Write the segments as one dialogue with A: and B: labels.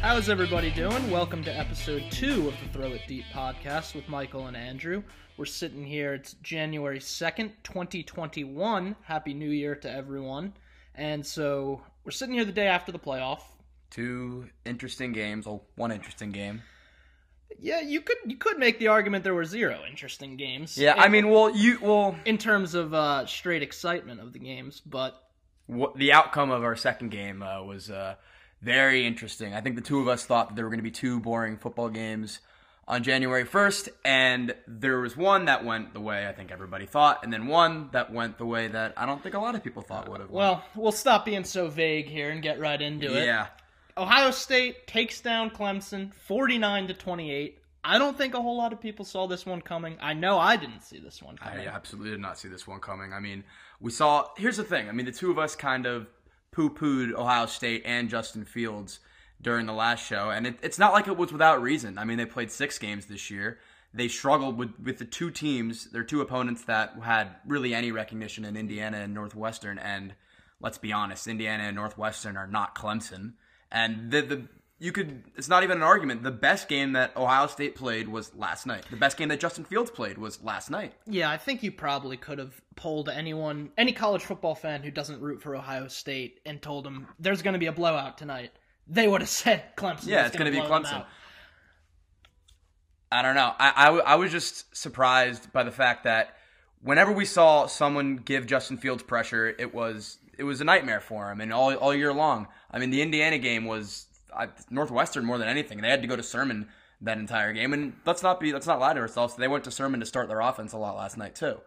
A: How's everybody doing? Welcome to episode two of the Throw It Deep podcast with Michael and Andrew. We're sitting here, it's January 2nd, 2021. Happy New Year to everyone. And so we're sitting here the day after the playoff.
B: Two interesting games, or one interesting game.
A: Yeah, you could you could make the argument there were zero interesting games.
B: Yeah,
A: in,
B: I mean, well, you well,
A: in terms of uh, straight excitement of the games, but
B: what, the outcome of our second game uh, was uh, very interesting. I think the two of us thought that there were going to be two boring football games on January 1st, and there was one that went the way I think everybody thought, and then one that went the way that I don't think a lot of people thought would have. went.
A: well, we'll stop being so vague here and get right into it.
B: yeah,
A: Ohio State takes down Clemson 49 to 28. I don't think a whole lot of people saw this one coming. I know I didn't see this one
B: I
A: coming.
B: absolutely did not see this one coming. I mean, we saw. Here's the thing. I mean, the two of us kind of poo-pooed Ohio State and Justin Fields during the last show, and it, it's not like it was without reason. I mean, they played six games this year. They struggled with with the two teams, their two opponents that had really any recognition in Indiana and Northwestern. And let's be honest, Indiana and Northwestern are not Clemson. And the the you could it's not even an argument. The best game that Ohio State played was last night. The best game that Justin Fields played was last night.
A: Yeah, I think you probably could have polled anyone, any college football fan who doesn't root for Ohio State and told them there's going to be a blowout tonight. They would have said Clemson.
B: Yeah,
A: was
B: it's
A: gonna
B: going to be
A: blow them
B: Clemson.
A: out.
B: I don't know. I, I w- I was just surprised by the fact that whenever we saw someone give Justin Fields pressure, it was it was a nightmare for him, and all all year long. I mean, the Indiana game was I, Northwestern more than anything. They had to go to Sermon that entire game, and let's not be let's not lie to ourselves. They went to Sermon to start their offense a lot last night too.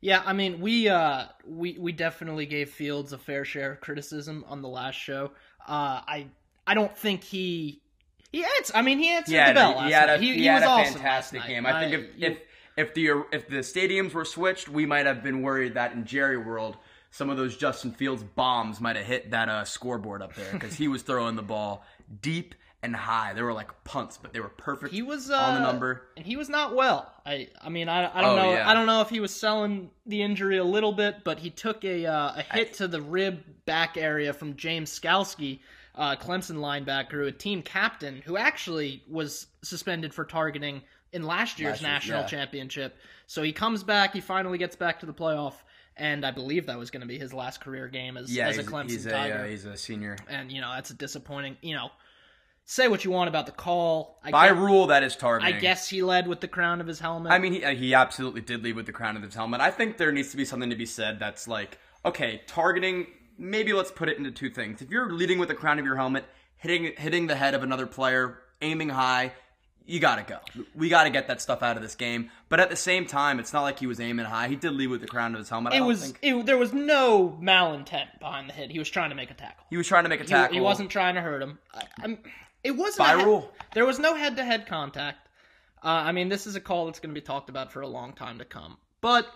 A: Yeah, I mean, we uh, we we definitely gave Fields a fair share of criticism on the last show. Uh, I I don't think he he ans- I mean, he answered the bell last
B: he had
A: night.
B: a,
A: he,
B: he
A: he
B: had
A: was
B: a
A: awesome
B: fantastic
A: last night.
B: game. I think if,
A: you-
B: if if the if the stadiums were switched, we might have been worried that in Jerry World, some of those Justin Fields bombs might have hit that uh, scoreboard up there because he was throwing the ball deep and high. They were like punts, but they were perfect.
A: he was uh,
B: on the number.
A: and he was not well. I I mean, I, I don't
B: Oh,
A: know.
B: yeah.
A: I don't know if he was selling the injury a little bit, but he took a uh, a hit to the rib back area from James Skalski, uh, Clemson linebacker, who a team captain who actually was suspended for targeting in last year's
B: Last year's,
A: national
B: yeah.
A: championship. So he comes back. He finally gets back to the playoff. And I believe that was going to be his last career game as,
B: yeah,
A: as a
B: he's,
A: Clemson
B: he's
A: Tiger
B: a uh, he's a senior.
A: and you know that's a disappointing. You know, say what you want about the call. I
B: By
A: guess,
B: rule, that is
A: I
B: targeting.
A: guess he led with the crown of his helmet.
B: I mean, he, uh, he absolutely did lead with the crown of his helmet. I think there needs to be something to be said that's like, okay, targeting. Maybe let's put it into two things. If you're leading with the crown of your helmet, hitting hitting the head of another player, aiming high, you gotta go. We gotta get that stuff out of this game. But at the same time, it's not like he was aiming high. He did lead with the crown of his helmet. I
A: it
B: don't
A: was
B: think-
A: it, there was no malintent behind the hit. He was trying to make a tackle.
B: he was trying to make a
A: He,
B: tackle.
A: he wasn't trying to hurt him. I, I'm, it wasn't
B: By
A: a head-
B: rule.
A: There was no head-to-head contact. Uh, I mean, this is a call that's going to be talked about for a long time to come. But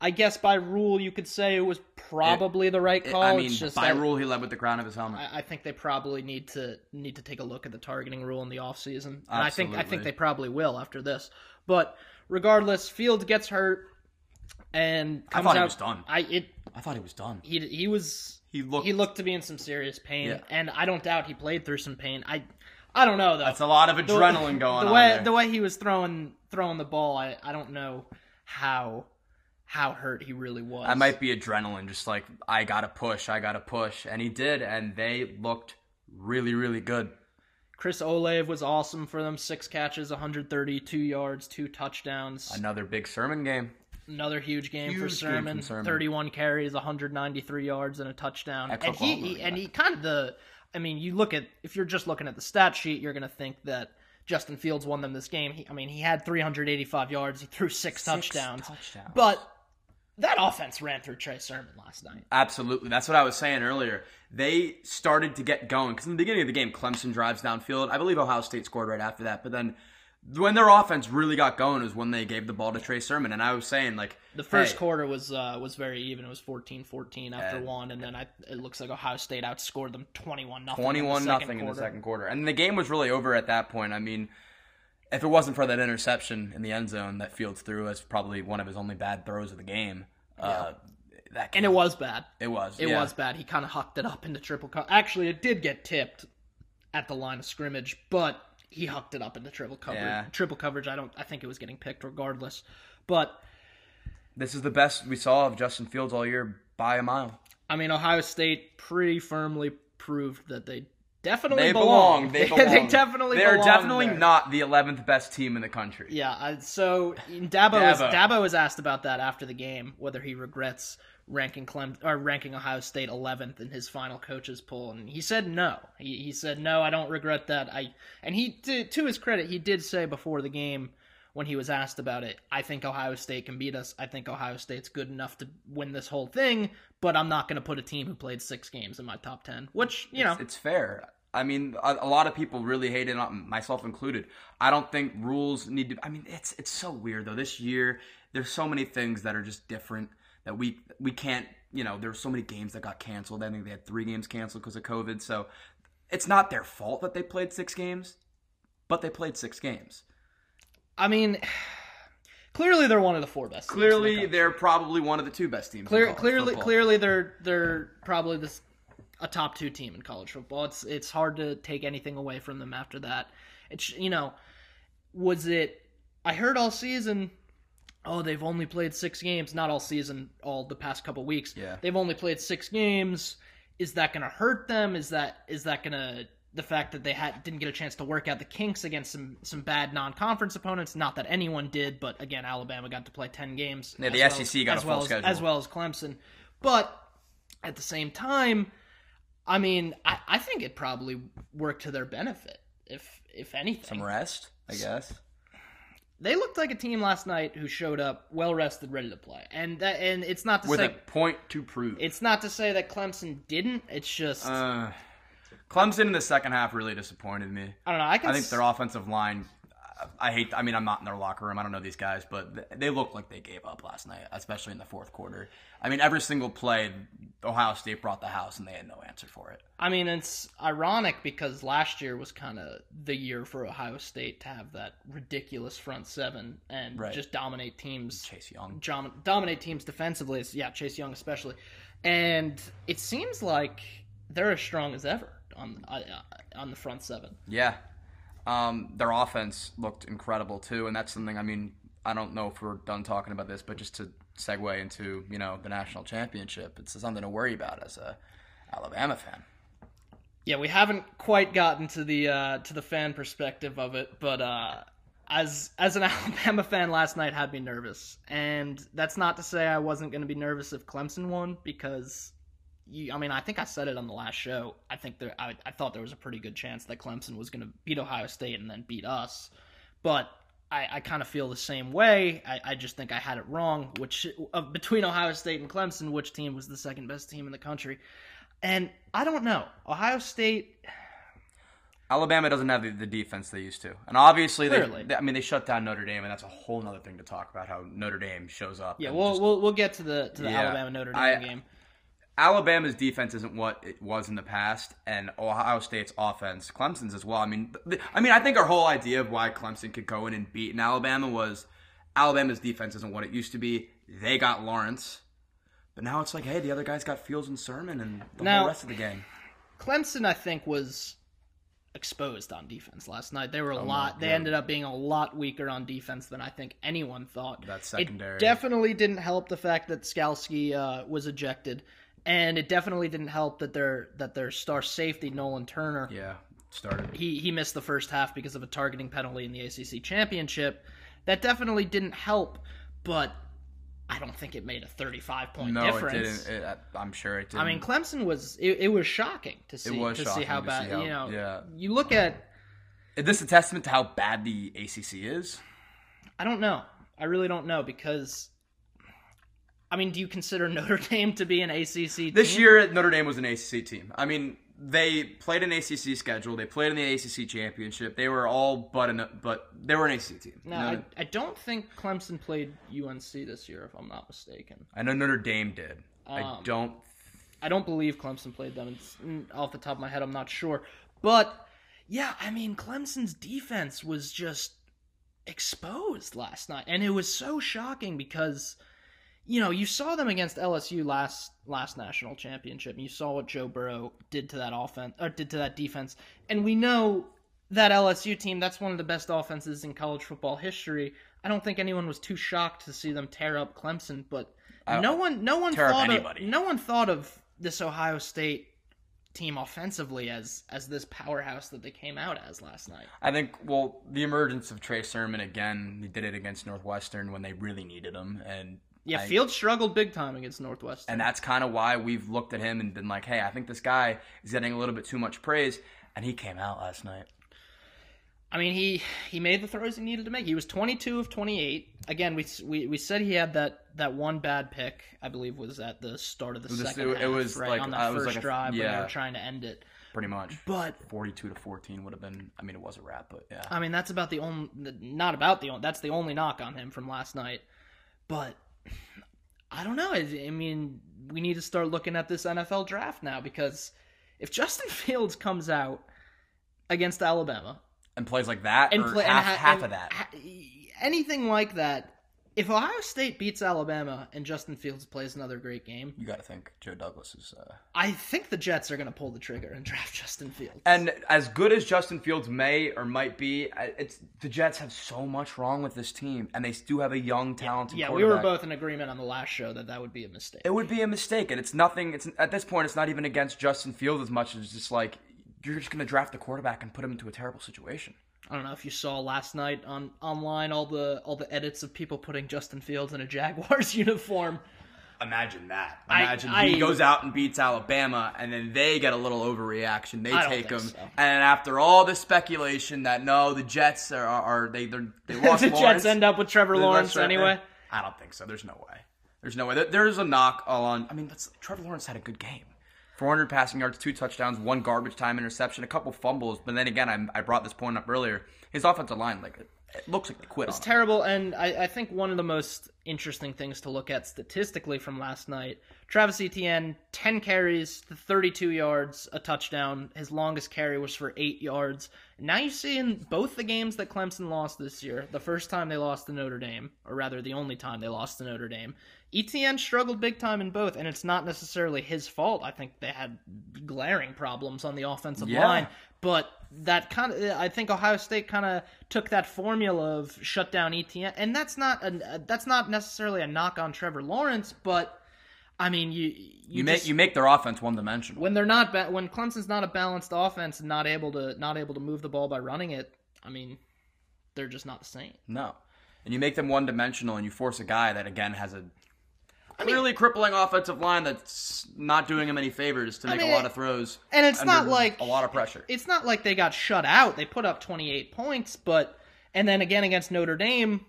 A: I guess by rule, you could say it was probably the right call.
B: I mean,
A: it's just
B: by
A: that-
B: rule, he led with the crown of his helmet.
A: I I think they probably need to need to take a look at the targeting rule in the offseason. And I think I think
B: Absolutely.
A: they probably will after this. But regardless, Fields gets hurt and comes
B: thought he
A: out-
B: was done.
A: I it
B: I thought he was done.
A: he he was
B: He looked.
A: he looked to be in some serious pain
B: Yeah.
A: and I don't doubt he played through some pain. I I don't know though.
B: That's a lot of adrenaline going
A: the
B: on.
A: way
B: there.
A: the way he was throwing throwing the ball, I, I don't know how how hurt he really was.
B: I might be adrenaline, just like I gotta push, I gotta push, and he did, and they looked really, really good.
A: Chris Olave was awesome for them. Six catches, 132 yards, two touchdowns.
B: Another big sermon game.
A: Another huge game
B: Huge
A: for
B: game
A: Sermon.
B: from Sermon.
A: 31 carries, 193 yards, and a touchdown.
B: Ex
A: and he,
B: Oklahoma,
A: he-
B: yeah.
A: and he kind of the. I mean, you look at if you're just looking at the stat sheet, you're going to think that Justin Fields won them this game. He, I mean, he had 385 yards. He threw six, touchdowns.
B: touchdowns.
A: But that offense ran through Trey Sermon last night.
B: Absolutely. That's what I was saying earlier. They started to get going because in the beginning of the game, Clemson drives downfield. I believe Ohio State scored right after that. But then when their offense really got going is when they gave the ball to Trey Sermon. And I was saying, like,
A: The first
B: hey,
A: quarter was uh, was very even. It was 14-14 after
B: And-
A: one, and then I, it looks like Ohio State outscored them twenty-one nothing.
B: 21 nothing in the second quarter. And the game was really over at that point. I mean, if it wasn't for that interception in the end zone that Fields threw as probably one of his only bad throws of the game, uh, that
A: And it was bad.
B: it was
A: It
B: yeah.
A: was bad. He kind of hucked it up into triple. Co- Actually, it did get tipped at the line of scrimmage, but he hucked it up into triple coverage.
B: Yeah.
A: Triple coverage. I don't. I think it was getting picked regardless. But
B: This is the best we saw of Justin Fields all year by a mile.
A: I mean, Ohio State pretty firmly proved that they definitely
B: They
A: belong.
B: belong. They,
A: they,
B: belong.
A: definitely.
B: They're
A: belong
B: definitely
A: there.
B: not the 11th best team in the country.
A: Yeah, I, so Dabo, Was,
B: Dabo.
A: Dabo was asked about that after the game, whether he regrets ranking Clem or ranking Ohio State 11th in his final coaches poll, and he said no. He, he said no, I don't regret that. I and he did, to his credit, he did say before the game when he was asked about it, I think Ohio State can beat us. I think Ohio State's good enough to win this whole thing, but I'm not going to put a team who played six games in my top 10, which you know
B: It's, it's fair. I mean, a, a lot of people really hate it, not- myself included. I don't think rules need to. I mean, it's it's so weird though. This year, there's so many things that are just different that we we can't. You know, there's so many games that got canceled. I think they had three games canceled because of COVID. So it's not their fault that they played six games, but they played six games.
A: I mean. Clearly, they're one of the four best. teams in the
B: Clearly,
A: country.
B: they're probably one of the two best teams. in
A: Clear,
B: college
A: clearly,
B: football.
A: clearly, they're they're probably this a top two team in college football. It's it's hard to take anything away from them after that. It's you know, was it? I heard all season. Oh, they've only played six games. Not all season. All the past couple weeks.
B: Yeah.
A: they've only played six games. Is that going to hurt them? Is that is that going to the fact that they had didn't get a chance to work out the kinks against some some bad non-conference opponents? Not that anyone did, but again, Alabama got to play ten games.
B: Yeah,
A: as
B: the
A: well
B: SEC got a
A: as
B: full
A: well as-
B: schedule.
A: as well as Clemson. But at the same time, I mean, I, I think it probably worked to their benefit, if if anything.
B: some rest, I guess.
A: They looked like a team last night who showed up well rested, ready to play, and that and it's not to
B: With
A: say
B: a point to prove.
A: it's not to say that Clemson didn't. It's just
B: Uh, Clemson in the second half really disappointed me.
A: I don't know. I can
B: I think
A: s-
B: their offensive line. I hate. I mean, I'm not in their locker room. I don't know these guys, but th- they look like they gave up last night, especially in the fourth quarter. I mean, every single play, Ohio State brought the house, and they had no answer for it.
A: I mean, it's ironic because last year was kind of the year for Ohio State to have that ridiculous front seven and
B: Right.
A: just dominate teams
B: Chase Young.
A: dom- dominate teams defensively. Is, yeah, Chase Young especially, and it seems like they're as strong as ever on uh, on the front seven.
B: Yeah, um, their offense looked incredible too, and that's something. I mean, I don't know if we're done talking about this, but just to segue into you know the national championship, it's something to worry about as a Alabama fan.
A: Yeah, we haven't quite gotten to the uh, to the fan perspective of it, but uh, as as an Alabama fan, last night had me nervous, and that's not to say I wasn't going to be nervous if Clemson won because. You, I mean, I think I said it on the last show. I think there, I, I thought there was a pretty good chance that Clemson was going to beat Ohio State and then beat us. but I, I kind of feel the same way. I, I just think I had it wrong. Which uh, between Ohio State and Clemson, which team was the second best team in the country? And I don't know. Ohio State,
B: Alabama doesn't have the, the defense they used to, and obviously they,
A: Clearly.
B: they- I mean, they shut down Notre Dame, and that's a whole other thing to talk about how Notre Dame shows up.
A: yeah.
B: and
A: We'll
B: just-
A: we'll, we'll get to the to the
B: Yeah.
A: Alabama Notre Dame
B: I-
A: game.
B: Alabama's defense isn't what it was in the past, and Ohio State's offense, Clemson's as well. I mean, th- I mean, I think our whole idea of why Clemson could go in and beat an Alabama was Alabama's defense isn't what it used to be. They got Lawrence, but now it's like, hey, the other guys got Fields and Sermon and the
A: Now-
B: whole rest of the gang.
A: Clemson, I think, was exposed on defense last night. They were a
B: my
A: lot. They
B: God.
A: ended up being a lot weaker on defense than I think anyone thought.
B: That
A: It
B: secondary.
A: definitely didn't help the fact that Skalski uh, was ejected, and it definitely didn't help that their that their star safety Nolan Turner
B: yeah, started.
A: he he missed the first half because of a targeting penalty in the ACC championship. That definitely didn't help, but I don't think it made a 35 point
B: No,
A: difference.
B: it didn't. It, I- I'm sure it didn't.
A: I mean, Clemson was it, it was shocking to see
B: was
A: to see
B: shocking
A: how
B: to
A: bad
B: see how-
A: you know.
B: yeah.
A: You look at
B: Is this a testament to how bad the ACC is?
A: I don't know. I really don't know because I mean, do you consider Notre Dame to be an ACC
B: This
A: team?
B: year, Notre Dame was an ACC team. I mean, they played an ACC schedule. They played in the ACC championship. They were all but an, but they were an ACC team.
A: No,
B: Notre-
A: I, I don't think Clemson played UNC this year, if I'm not mistaken.
B: I know Notre Dame did. I
A: Um,
B: don't.
A: I don't believe Clemson played them. It's, mm, off the top of my head, I'm not sure. But yeah, I mean, Clemson's defense was just exposed last night, and it was so shocking because you know, you saw them against LSU last last national championship. And you saw what Joe Burrow did to that offense or did to that defense. And we know that LSU team, that's one of the best offenses in college football history. I don't think anyone was too shocked to see them tear up Clemson, but
B: I-
A: no one no one
B: tear up
A: thought of,
B: anybody.
A: no one thought of this Ohio State team offensively as as this powerhouse that they came out as last night.
B: I think, well, the emergence of Trey Sermon again, he did it against Northwestern when they really needed him. And
A: Yeah,
B: I-
A: Fields struggled big time against Northwestern.
B: And that's kind of why we've looked at him and been like, hey, I think this guy is getting a little bit too much praise. And he came out last night.
A: I mean, he he made the throws he needed to make. He was 22 of 28. Again, we s- we, we said he had that that one bad pick. I believe was at the start of the
B: It was-
A: second
B: it
A: half,
B: was
A: right
B: like-
A: on
B: I
A: that
B: was
A: first
B: like a-
A: drive when they
B: yeah.
A: were trying to end it.
B: Pretty much.
A: But
B: 42 to 14 would have been, I mean, it was a wrap, but yeah.
A: I mean, that's about the only not about the only that's the only knock on him from last night. But I don't know. I, I mean, we need to start looking at this NFL draft now because if Justin Fields comes out against Alabama
B: And plays like that,
A: and
B: or
A: play
B: half,
A: and ha-
B: half
A: and
B: of that.
A: ha- anything like that. If Ohio State beats Alabama and Justin Fields plays another great game,
B: you got to think Joe Douglas is. Uh...
A: I think the Jets are going to pull the trigger and draft Justin Fields.
B: And as good as Justin Fields may or might be, I- it's the Jets have so much wrong with this team, and they do have a young, talented.
A: yeah, we were
B: quarterback.
A: both in agreement on the last show that that would be a mistake.
B: It would be a mistake, and it's nothing. It's at this point, it's not even against Justin Fields as much as just like you're just going to draft the quarterback and put him into a terrible situation.
A: I don't know if you saw last night on online all the all the edits of people putting Justin Fields in a Jaguars uniform.
B: Imagine that.
A: I-
B: Imagine
A: I-
B: he goes out and beats Alabama, and then they get a little overreaction. They
A: I don't
B: take
A: think
B: him,
A: so.
B: and after all the speculation that no, the Jets are, are, are they they're, they lost.
A: the
B: Lawrence.
A: Jets end up with Trevor
B: They
A: Lawrence
B: lost-
A: anyway.
B: I don't think so. There's no way. There's no way. There, there's a knock on. I mean, that's, Trevor Lawrence had a good game. 400 passing yards, two touchdowns, one garbage time interception, a couple fumbles. But then again, I, I brought this point up earlier. His offensive line, like, it, it looks like they quit. on him.
A: Terrible, and I, I think one of the most interesting things to look at statistically from last night: Travis Etienne, ten carries, to thirty-two yards, a touchdown. His longest carry was for eight yards. Now you see in both the games that Clemson lost this year, the first time they lost to Notre Dame, or rather the only time they lost to Notre Dame, Etienne struggled big time in both, and it's not necessarily his fault. I think they had glaring problems on the offensive
B: Yeah.
A: line, but that kind of I think Ohio State kind of took that formula of shut down Etienne, and that's not a, that's not necessarily a knock on Trevor Lawrence, but I mean you you,
B: you, make,
A: just-
B: you make their offense one dimensional.
A: when they're not ba- when Clemson's not a balanced offense and not able to not able to move the ball by running it, I mean they're just not the same.
B: No. And you make them one dimensional and you force a guy that, again, has a clearly crippling offensive line that's not doing him any favors to make
A: mean,
B: a lot of throws.
A: and it's
B: under
A: not like-
B: A lot of pressure.
A: It's not like they got shut out. They put up 28 points, but and then again against Notre Dame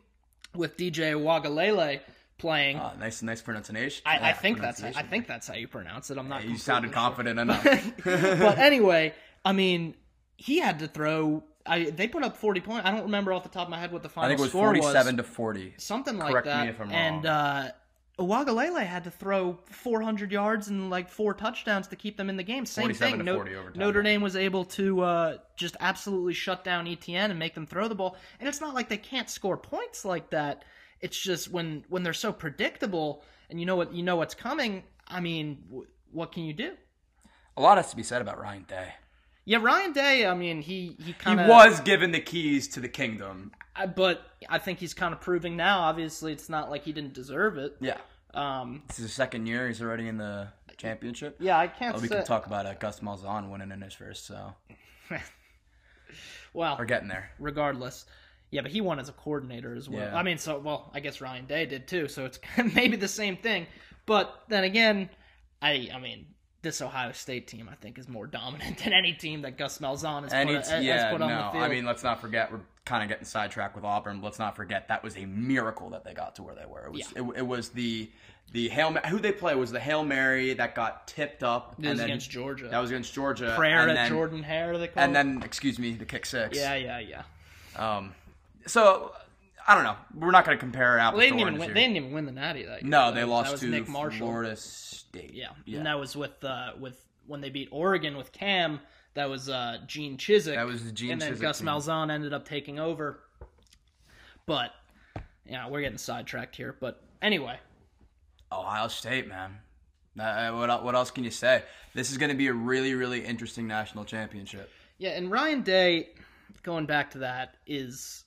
A: with DJ Wagalele playing,
B: Ah, nice, nice pronunciation.
A: I, I
B: Yeah,
A: think that's I
B: pronunciation.
A: think that's how you pronounce it. I'm not.
B: You sounded confident enough.
A: but anyway, I mean, he had to throw. I they put up 40 points. I don't remember off the top of my head what the final
B: I think it was
A: score was.
B: 47 to 40.
A: something like
B: Correct me
A: that.
B: if I'm
A: and uh, Wagalele had to throw 400 yards and like four touchdowns to keep them in the game. Same
B: 47
A: thing.
B: to 40 overtime.
A: Notre Dame was able to uh, just absolutely shut down ETN and make them throw the ball. And it's not like they can't score points like that. It's just when when they're so predictable and you know what you know what's coming. I mean, w- what can you do?
B: A lot has to be said about Ryan Day.
A: Yeah, Ryan Day. I mean, he he
B: He
A: kind of
B: was given the keys to the kingdom.
A: but I think he's kind of proving now. Obviously, it's not like he didn't deserve it.
B: Yeah.
A: Um,
B: This is his second year. He's already in the championship.
A: yeah, I can't.
B: Oh, we
A: say,
B: can talk about uh, Gus Malzahn winning in his first, so
A: Well,
B: we're getting there.
A: regardless. Yeah, but he won as a coordinator as well.
B: Yeah.
A: I mean, so well, I guess Ryan Day did too. So it's maybe the same thing. But then again, I I mean, this Ohio State team I think is more dominant than any team that Gus Malzahn has,
B: And
A: put, uh,
B: it's,
A: has
B: yeah,
A: put
B: no.
A: on the field.
B: I mean, let's not forget, we're kind of getting sidetracked with Auburn. Let's not forget that was a miracle that they got to where they were. It was, it, it was the. The Hail Ma- who they play was the Hail Mary that got tipped up
A: it was
B: and then
A: against Georgia.
B: that was against Georgia
A: prayer
B: and
A: at
B: then,
A: Jordan Hare. They call
B: and
A: it.
B: then excuse me the kick six
A: yeah, yeah, yeah.
B: Um, so I don't know. We're not going to compare apples
A: They didn't
B: to
A: even
B: oranges
A: win,
B: here.
A: they didn't even win the Natty that year.
B: no, they
A: That
B: lost
A: was
B: to
A: Nick Marshall.
B: Florida State.
A: Yeah. and that was with uh, with when they beat Oregon with Cam. That was uh, Gene Chizik.
B: That was the Gene
A: and then
B: Chizik
A: Gus
B: team.
A: Malzahn ended up taking over. But yeah, we're getting sidetracked here. But anyway,
B: Ohio State, man. Uh, what el- what else can you say? This is going to be a really really interesting national championship.
A: Yeah, and Ryan Day, going back to that, is,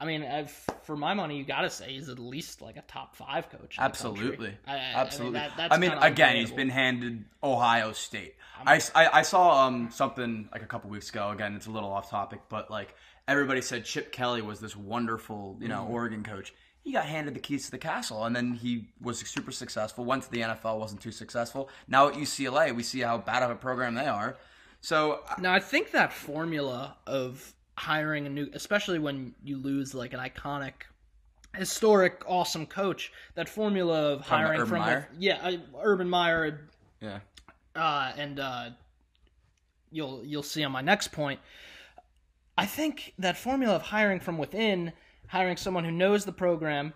A: I mean, I've, for my money, you gotta say he's at least like a top five coach. in the country.
B: Absolutely.
A: I- I-
B: Absolutely.
A: I mean, that- that's
B: I mean,
A: kinda
B: again, he's
A: undebatable.
B: been handed Ohio State. I, s- I- I saw um, something like a couple weeks ago. Again, it's a little off topic, but like everybody said, Chip Kelly was this wonderful, you
A: Mm.
B: know, Oregon coach. He got handed the keys to the castle, and then he was super successful. Went to the NFL, wasn't too successful. Now at UCLA, we see how bad of a program they are. So uh, I-
A: Now I think that formula of hiring a new, especially when you lose like an iconic, historic, awesome coach, that formula of
B: Talking about
A: hiring
B: Urban
A: from
B: Meyer?
A: with- yeah, uh, Urban Meyer,
B: yeah,
A: uh, and uh, you'll you'll see on my next point. I think that formula of hiring from within, hiring someone who knows the program,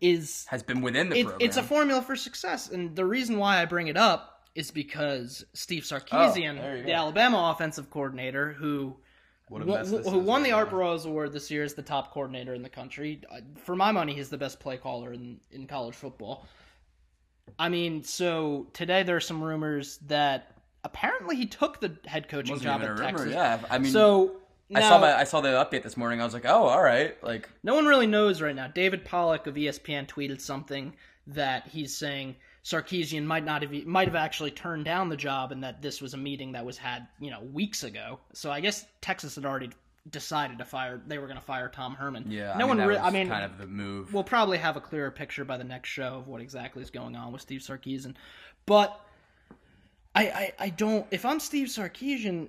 A: is
B: has been within the
A: it,
B: program.
A: it's a formula for success, and the reason why I bring it up is because Steve Sarkeesian,
B: Oh, there you
A: the
B: go.
A: Alabama offensive coordinator, who
B: What a
A: who,
B: mess this
A: who
B: is
A: won the
B: right
A: Art
B: now.
A: Burroughs Award this year, is the top coordinator in the country. Uh, For my money, he's the best play caller in, in college football. I mean, so today there are some rumors that apparently he took the head coaching
B: Wasn't
A: job
B: even
A: at
B: a rumor,
A: Texas.
B: Yeah, I mean,
A: So
B: I
A: now-
B: saw that. I saw the update this morning. I was like, oh, all right, like
A: no one really knows right now. David Pollock of E ESPN tweeted something that he's saying Sarkeesian might not have e, might have actually turned down the job, and that this was a meeting that was had you know weeks ago. So I guess Texas had already decided to fire. They were going to fire Tom Herman.
B: yeah.
A: no
B: I mean,
A: one.
B: that
A: Re-
B: was
A: I mean,
B: kind of the move.
A: we'll probably have a clearer picture by the next show of what exactly is going on with Steve Sarkeesian. But I, I, I don't. If I'm Steve Sarkeesian,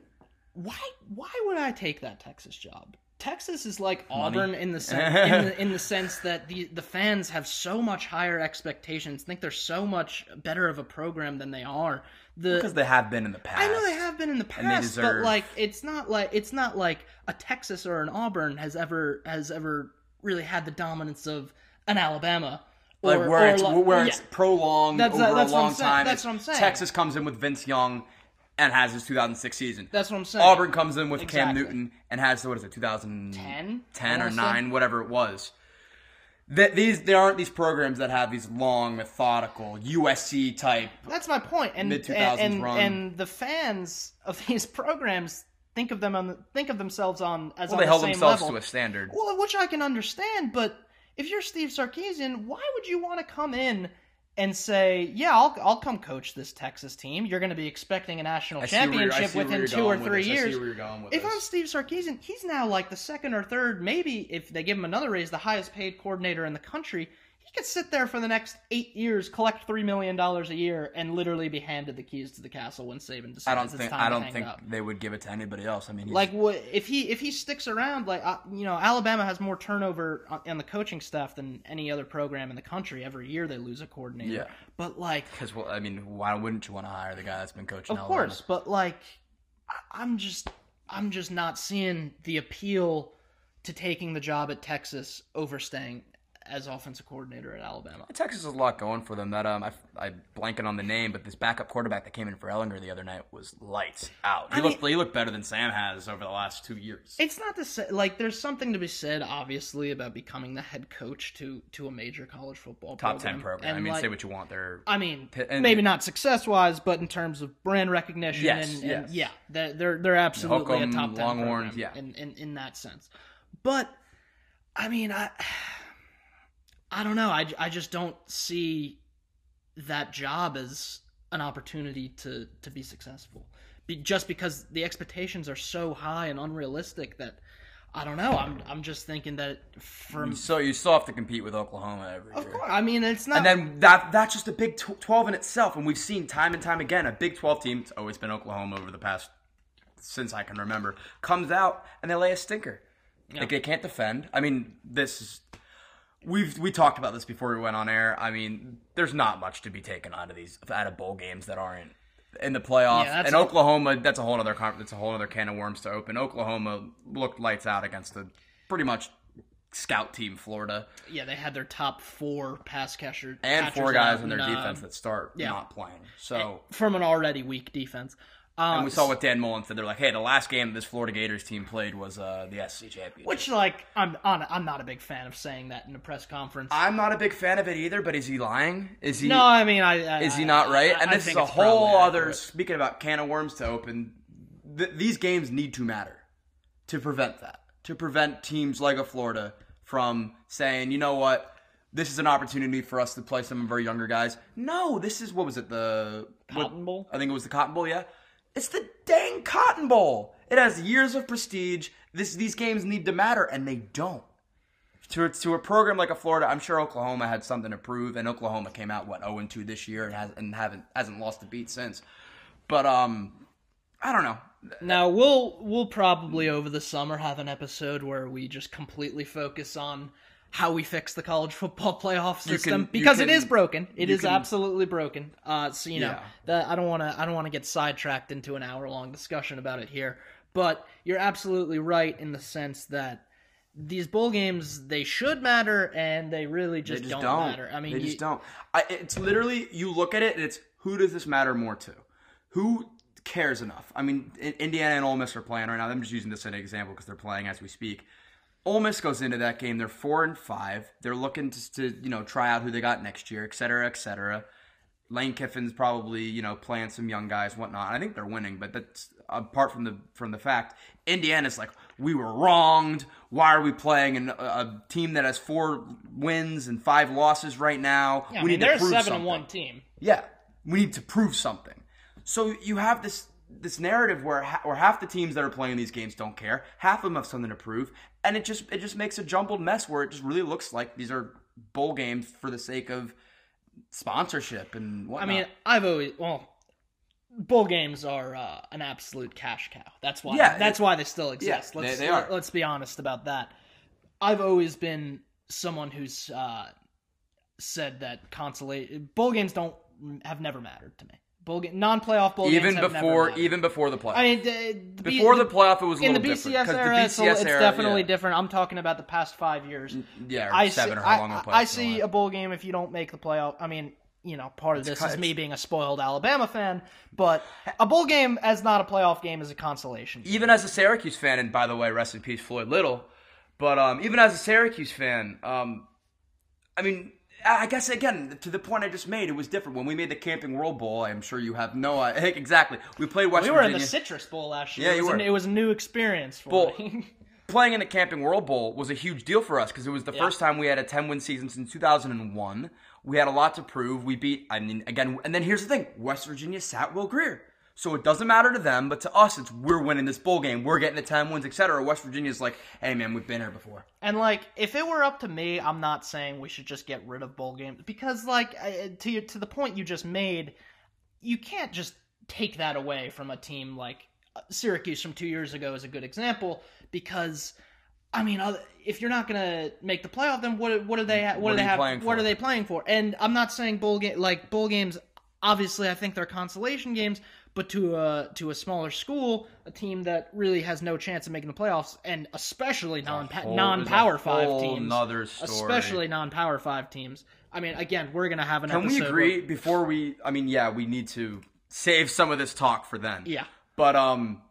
A: why why would I take that Texas job? Texas is like Auburn in the sense in, the, in the sense that the the fans have so much higher expectations, think they're so much better of a program than they are. The
B: because they have been in the past.
A: I know they have been in the
B: they
A: past, but
B: deserve-
A: like it's not like it's not like a Texas or an Auburn has ever has ever really had the dominance of an Alabama. Or,
B: Like where
A: or
B: it's
A: like-
B: where
A: yeah.
B: it's prolonged
A: That's-
B: over
A: that's
B: a
A: what I'm
B: long
A: saying-
B: time.
A: that's
B: It's-
A: what I'm saying.
B: Texas comes in with Vince Young and has his 2006 season.
A: That's what I'm saying.
B: Auburn comes in with Cam
A: Exactly.
B: Newton and has what is it 2010
A: Ten?
B: 10
A: I
B: or
A: wanna say.
B: 9 whatever it was. Th- these there aren't these programs that have these long methodical USC type
A: That's my point. And
B: Mid- 2000s
A: and, and,
B: run.
A: and the fans of these programs think of them on the, think of themselves on as on
B: they
A: the
B: held
A: same
B: themselves
A: level.
B: to a standard.
A: Well, which I can understand, but if you're Steve Sarkeesian, why would you want to come in and say, "Yeah, I'll I'll come coach this Texas team"? You're going to be expecting a national
B: I see where you're- I
A: championship
B: see where
A: within
B: you're
A: two
B: going
A: or
B: with
A: three
B: this. I see
A: years.
B: where you're going with
A: If
B: this.
A: I'm Steve Sarkeesian, he's now like the second or third, maybe if they give him another raise, the highest paid coordinator in the country. He could sit there for the next eight years, collect three million dollars a year, and literally be handed the keys to the castle when Saban decides
B: I don't
A: it's
B: think
A: time
B: I
A: to
B: don't
A: hang
B: think
A: up.
B: they would give it to anybody else. I mean, he's-
A: Like what if he if he sticks around? Like uh, you know, Alabama has more turnover on, on the coaching staff than any other program in the country. Every year they lose a coordinator.
B: Yeah.
A: But like,
B: Because well, I mean, why wouldn't you want to hire the guy that's been coaching?
A: of
B: Alabama?
A: course. But like, I- I'm just I'm just not seeing the appeal to taking the job at Texas over staying as offensive coordinator at Alabama.
B: Texas has a lot going for them. That um, I, I blanking on the name, but this backup quarterback that came in for Ellinger the other night was lights out. He
A: I mean-
B: looked he looked better than Sam has over the last two years.
A: It's not to say like there's something to be said, obviously, about becoming the head coach to to a major college football
B: Top
A: program.
B: ten program.
A: And,
B: I mean,
A: like,
B: say what you want. They're
A: I mean,
B: P- and-
A: maybe not success wise, but in terms of brand recognition,
B: Yes,
A: and,
B: yes.
A: and yeah, they're they're, they're absolutely
B: Holcomb,
A: a top ten
B: Longhorns,
A: program
B: yeah.
A: in, in in that sense. But I mean, I I don't know. I, j- I just don't see that job as an opportunity to to be successful, be, just because the expectations are so high and unrealistic that I don't know. I'm I'm just thinking that from
B: so you still have to compete with Oklahoma every
A: of
B: year.
A: course. I mean, it's not
B: And then that that's just a Big Tw- Twelve in itself, and we've seen time and time again a Big Twelve team. It's always been Oklahoma over the past since I can remember. Comes out and they lay a stinker. Like they can't defend. I mean, this is we've we talked about this before we went on air. I mean, there's not much to be taken out of these out of bowl games that aren't in the playoffs.
A: Yeah, that's
B: and
A: a-
B: Oklahoma, that's a whole other con- that's a whole other can of worms to open. Oklahoma looked lights out against the pretty much scout team Florida
A: yeah, they had their top four pass catcher
B: and
A: catchers
B: four guys
A: out
B: in their
A: and, uh,
B: defense that start not playing. So
A: from an already weak defense. Um,
B: and we saw what Dan Mullen said. They're like, hey, the last game this Florida Gators team played was uh, the SC championship.
A: Which, like, I'm on. I'm not a big fan of saying that in a press conference.
B: I'm not a big fan of it either, but is he lying? Is he
A: no, I mean, I, I-
B: is he
A: I-
B: not right?
A: I-
B: And
A: I
B: this is
A: think
B: a
A: it's probably
B: whole other
A: accurate.
B: speaking about can of worms to open. Th- these games need to matter to prevent that, to prevent teams like a Florida from saying, you know what, this is an opportunity for us to play some of our younger guys. No, this is what was it the what-
A: Cotton Bowl?
B: I think it was the Cotton Bowl. Yeah, it's the dang Cotton Bowl. It has years of prestige. This these games need to matter, and they don't to to a program like a Florida, I'm sure Oklahoma had something to prove, and Oklahoma came out what 0 2 this year and has and haven't hasn't lost a beat since. But um, I don't know.
A: Now we'll we'll probably over the summer have an episode where we just completely focus on how we fix the college football playoff
B: You
A: system
B: can- you
A: because
B: can-
A: it is broken. It
B: you
A: is
B: can-
A: absolutely broken. Uh, so you know
B: Yeah.
A: that I don't want to I don't want to get sidetracked into an hour long discussion about it here. But you're absolutely right in the sense that these bowl games they should matter and they really
B: They
A: just,
B: just
A: don't,
B: don't.
A: matter. I mean,
B: they
A: you-
B: just don't. I, it's literally you look at it and it's who does this matter more to? Who cares enough? I mean, in, Indiana and Ole Miss are playing right now. I'm just using this as an example because they're playing as we speak. Ole Miss goes into that game. They're four and five. They're looking to, to you know try out who they got next year, et cetera, et cetera. Lane Kiffin's probably you know playing some young guys, whatnot. I think they're winning, but that's apart from the from the fact Indiana's like we were wronged. Why are we playing an, a, a team that has four wins and five losses right now?
A: I
B: we
A: mean,
B: need
A: they're
B: to prove
A: a seven
B: something.
A: and one team.
B: Yeah, we need to prove something. So you have this this narrative where ha- where half the teams that are playing these games don't care, half of them have something to prove, and it just it just makes a jumbled mess where it just really looks like these are bowl games for the sake of sponsorship and
A: I
B: whatnot.
A: mean, I've always well, bowl games are uh, an absolute cash cow. That's why.
B: Yeah,
A: that's why they still exist.
B: they-
A: let's,
B: they are.
A: Let's be honest about that. I've always been someone who's uh, said that consolation bowl games don't have never mattered to me. Bowl game, non-playoff bowl games
B: even
A: have never
B: before
A: mattered.
B: even before the playoff.
A: I mean, the, the, B-
B: before the playoff, it was a
A: in the
B: little
A: BCS
B: different 'cause
A: era,
B: the
A: it's, a li-
B: BCS
A: it's
B: era,
A: definitely
B: yeah, Mm,
A: different. I'm talking about the past five years.
B: Yeah, or
A: I
B: seven
A: see,
B: or how long
A: I,
B: the
A: I-
B: playoffs
A: I
B: are
A: see
B: like.
A: a bowl game if you don't make the playoff. I mean, you know, part of this
B: cut-
A: is me being a spoiled Alabama fan, but a bowl game as not a playoff game is a consolation.
B: even as a Syracuse fan, and by the way, rest in peace, Floyd Little. But um, even as a Syracuse fan, um, I mean, I I guess again to the point I just made, it was different when we made the Camping World Bowl. I'm sure you have no I think exactly. We played West
A: We were
B: Virginia.
A: in the Citrus Bowl last year.
B: Yeah,
A: it,
B: you
A: was An,
B: were.
A: it was a new experience for
B: Bowl.
A: me.
B: Playing in the Camping World Bowl was a huge deal for us because it was the first time we had a 10 win season since 2001. We had a lot to prove. We beat, I mean, again, and then here's the thing West Virginia sat Will Greer. So it doesn't matter to them, but to us, it's we're winning this bowl game. We're getting the 10 wins, etc. West Virginia's like, hey, man, we've been here before.
A: And like, if it were up to me, I'm not saying we should just get rid of bowl games because, like, I- to your- to the point you just made, you can't just take that away from a team like uh, Syracuse from two years ago is a good example because, I mean, other- if you're not gonna make the playoff, then what what are they what,
B: What
A: do
B: are
A: they
B: you
A: have
B: playing
A: what
B: for?
A: are they playing for? And I'm not saying bowl game like bowl games. Obviously, I think they're consolation games, but to a to a smaller school, a team that really has no chance of making the playoffs, and especially non
B: whole-
A: non power
B: there's a
A: five
B: whole
A: teams,
B: nother story.
A: especially non power five teams. I mean, again, we're gonna have an.
B: Can we
A: episode
B: agree
A: where-
B: before we? I mean, yeah, we need to save some of this talk for then.
A: yeah,
B: But um,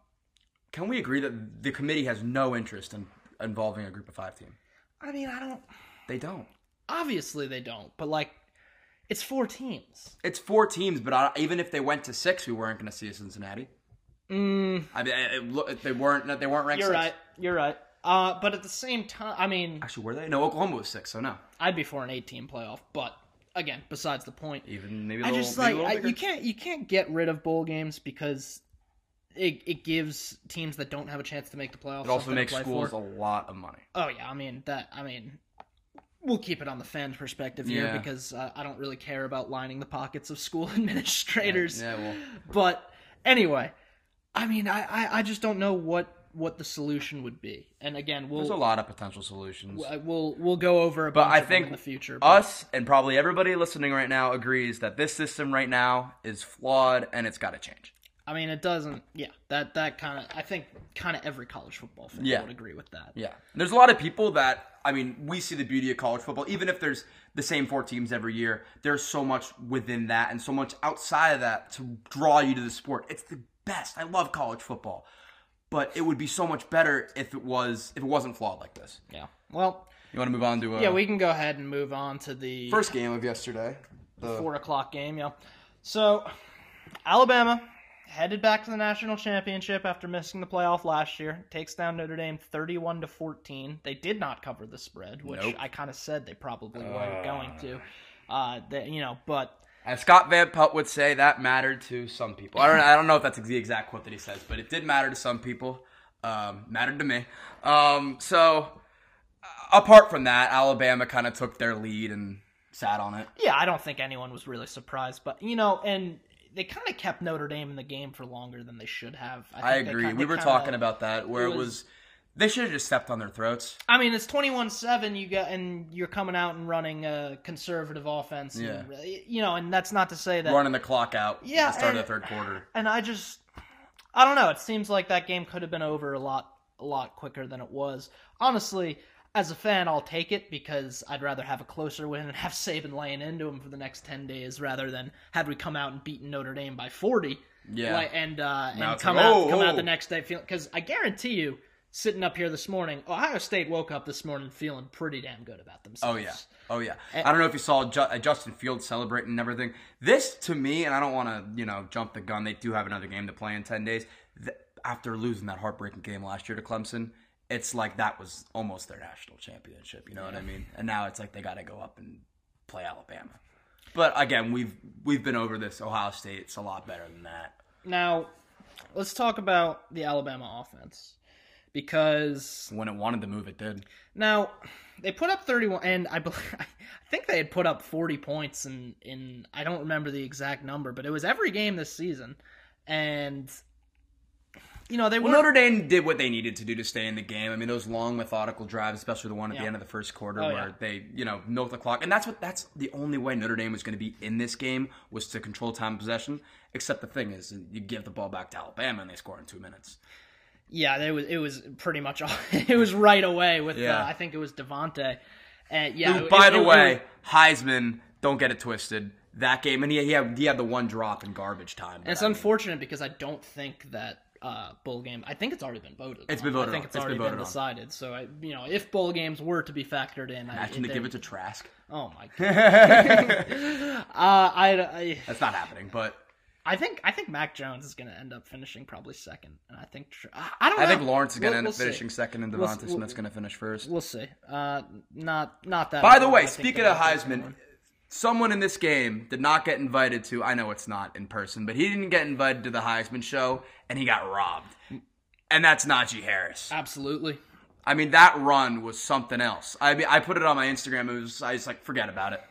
B: can we agree that the committee has no interest in involving a group of five team?
A: I mean, I don't.
B: They don't.
A: Obviously, they don't. But like, it's four teams.
B: It's four teams, but I, even if they went to six, we weren't going to see a Cincinnati.
A: Mm,
B: I mean, it, look, they weren't. They weren't ranked.
A: you're
B: six.
A: right. You're right. Uh, but at the same time, I mean,
B: Actually, were they? No, Oklahoma was six. So no.
A: I'd be for an eight team playoff. But again, besides the point,
B: Even maybe. A
A: I
B: little,
A: just like
B: maybe a little
A: I,
B: bigger?
A: you can't you can't get rid of bowl games because it it gives teams that don't have a chance to make the playoffs.
B: It also
A: something to
B: makes
A: play
B: schools
A: for.
B: a lot of money.
A: Oh yeah, I mean that. I mean, we'll keep it on the fan perspective here
B: Yeah.
A: because uh, I don't really care about lining the pockets of school administrators.
B: Yeah. Well.
A: But anyway, I mean, I, I I just don't know what what the solution would be. And again,
B: There's a
A: we'll
B: lot of potential solutions.
A: uh, we'll we'll go over a
B: But
A: bunch
B: I
A: of them
B: think
A: in the future. but-
B: us and probably everybody listening right now agrees that this system right now is flawed and it's got to change.
A: I mean, it doesn't. Yeah, that that kind of. I think kind of every college football fan
B: Yeah.
A: would agree with that.
B: Yeah. And there's a lot of people that I mean, we see the beauty of college football even if there's the same four teams every year. There's so much within that and so much outside of that to draw you to the sport. It's the best. I love college football, but it would be so much better if it was if it wasn't flawed like this.
A: Yeah. Well,
B: You want to move on to uh,
A: yeah, we can go ahead and move on to the
B: first game of yesterday. The,
A: four o'clock game. Yeah. So Alabama headed back to the national championship after missing the playoff last year. Takes down Notre Dame thirty-one to fourteen. They did not cover the spread, which
B: Nope.
A: I kind of said they probably were going to. Uh, they, you know, but
B: As Scott Van Pelt would say, that mattered to some people. I don't, I don't know if that's the exact quote that he says, but it did matter to some people. Um, mattered to me. Um, so, uh, apart from that, Alabama kind of took their lead and sat on it.
A: Yeah, I don't think anyone was really surprised, but you know, and they kind of kept Notre Dame in the game for longer than they should have.
B: I
A: think they
B: agree.
A: kin-
B: we
A: they
B: were
A: kinda-
B: talking about that where
A: it
B: it was.
A: was-
B: they should have just stepped on their throats.
A: I mean, it's twenty-one-seven. You got and you're coming out and running a conservative offense. and, you know, and that's not to say that.
B: running the clock out.
A: Yeah,
B: at the start
A: and-
B: of the third quarter.
A: And I just, I don't know. It seems like that game could have been over a lot, a lot quicker than it was. Honestly. As a fan, I'll take it because I'd rather have a closer win and have Saban laying into him for the next ten days rather than had we come out and beaten Notre Dame by forty.
B: Yeah,
A: like, and uh,
B: Now
A: and
B: it's
A: come
B: like,
A: out
B: oh,
A: come out the
B: oh.
A: next day feeling because I guarantee you sitting up here this morning Ohio State woke up this morning feeling pretty damn good about
B: Oh
A: themselves.
B: yeah, oh yeah. I don't know if you saw Ju- uh, Justin Fields celebrating and everything. This to me, and I don't want to, you know, jump the gun. They do have another game to play in ten days. Th- after losing that heartbreaking game last year to Clemson, it's like that was almost their national championship. You know what I mean? And now it's like they got to go up and play Alabama. But again, we've we've been over this. Ohio State's a lot better than that.
A: Now let's talk about the Alabama offense because
B: When it wanted to move, it did.
A: now they put up 31 and I believe I think they had put up 40 points in in I don't remember the exact number but it was every game this season and you know they
B: Well,
A: were
B: Notre Dame did what they needed to do to stay in the game. I mean, those long methodical drives, especially the one at
A: Yeah.
B: the end of the first quarter
A: Oh,
B: where
A: yeah.
B: they, you know, milk the clock, and that's what that's the only way Notre Dame was going to be in this game was to control time of possession. Except the thing is, you give the ball back to Alabama and they score in two minutes.
A: Yeah, it was it was pretty much all, it was right away with uh,
B: Yeah.
A: I think it was Devonte. And yeah,
B: Who,
A: it-
B: by
A: it-
B: the
A: it-
B: way, Heisman, don't get it twisted. That game, and he, he had he had the one drop in garbage time. but
A: it's
B: I mean,
A: unfortunate because I don't think that uh, bowl game. I think it's already been voted.
B: It's
A: on.
B: been voted
A: I think
B: on.
A: it's
B: It's been
A: already been,
B: voted on.
A: decided. So I, you know, if bowl games were to be factored in, I,
B: Imagine
A: they-
B: to give it to Trask.
A: oh my god, uh, I, I
B: That's not happening, but
A: I think I think Mac Jones is going to end up finishing probably second, and I think Tr- I, I don't.
B: I
A: know.
B: think Lawrence is going
A: We'll-
B: to end
A: we'll
B: up
A: see.
B: finishing second, and
A: We'll-
B: Devonta
A: we'll-
B: Smith's going to finish first.
A: We'll see. Uh, not not that.
B: By the
A: important. I
B: way,
A: think
B: speaking
A: they're
B: of
A: not gonna
B: Heisman,
A: win.
B: someone in this game did not get invited to. I know it's not in person, but he didn't get invited to the Heisman show, and he got robbed. And that's Najee Harris.
A: absolutely.
B: I mean, that run was something else. I mean, I put it on my Instagram. It was I was like, forget about it,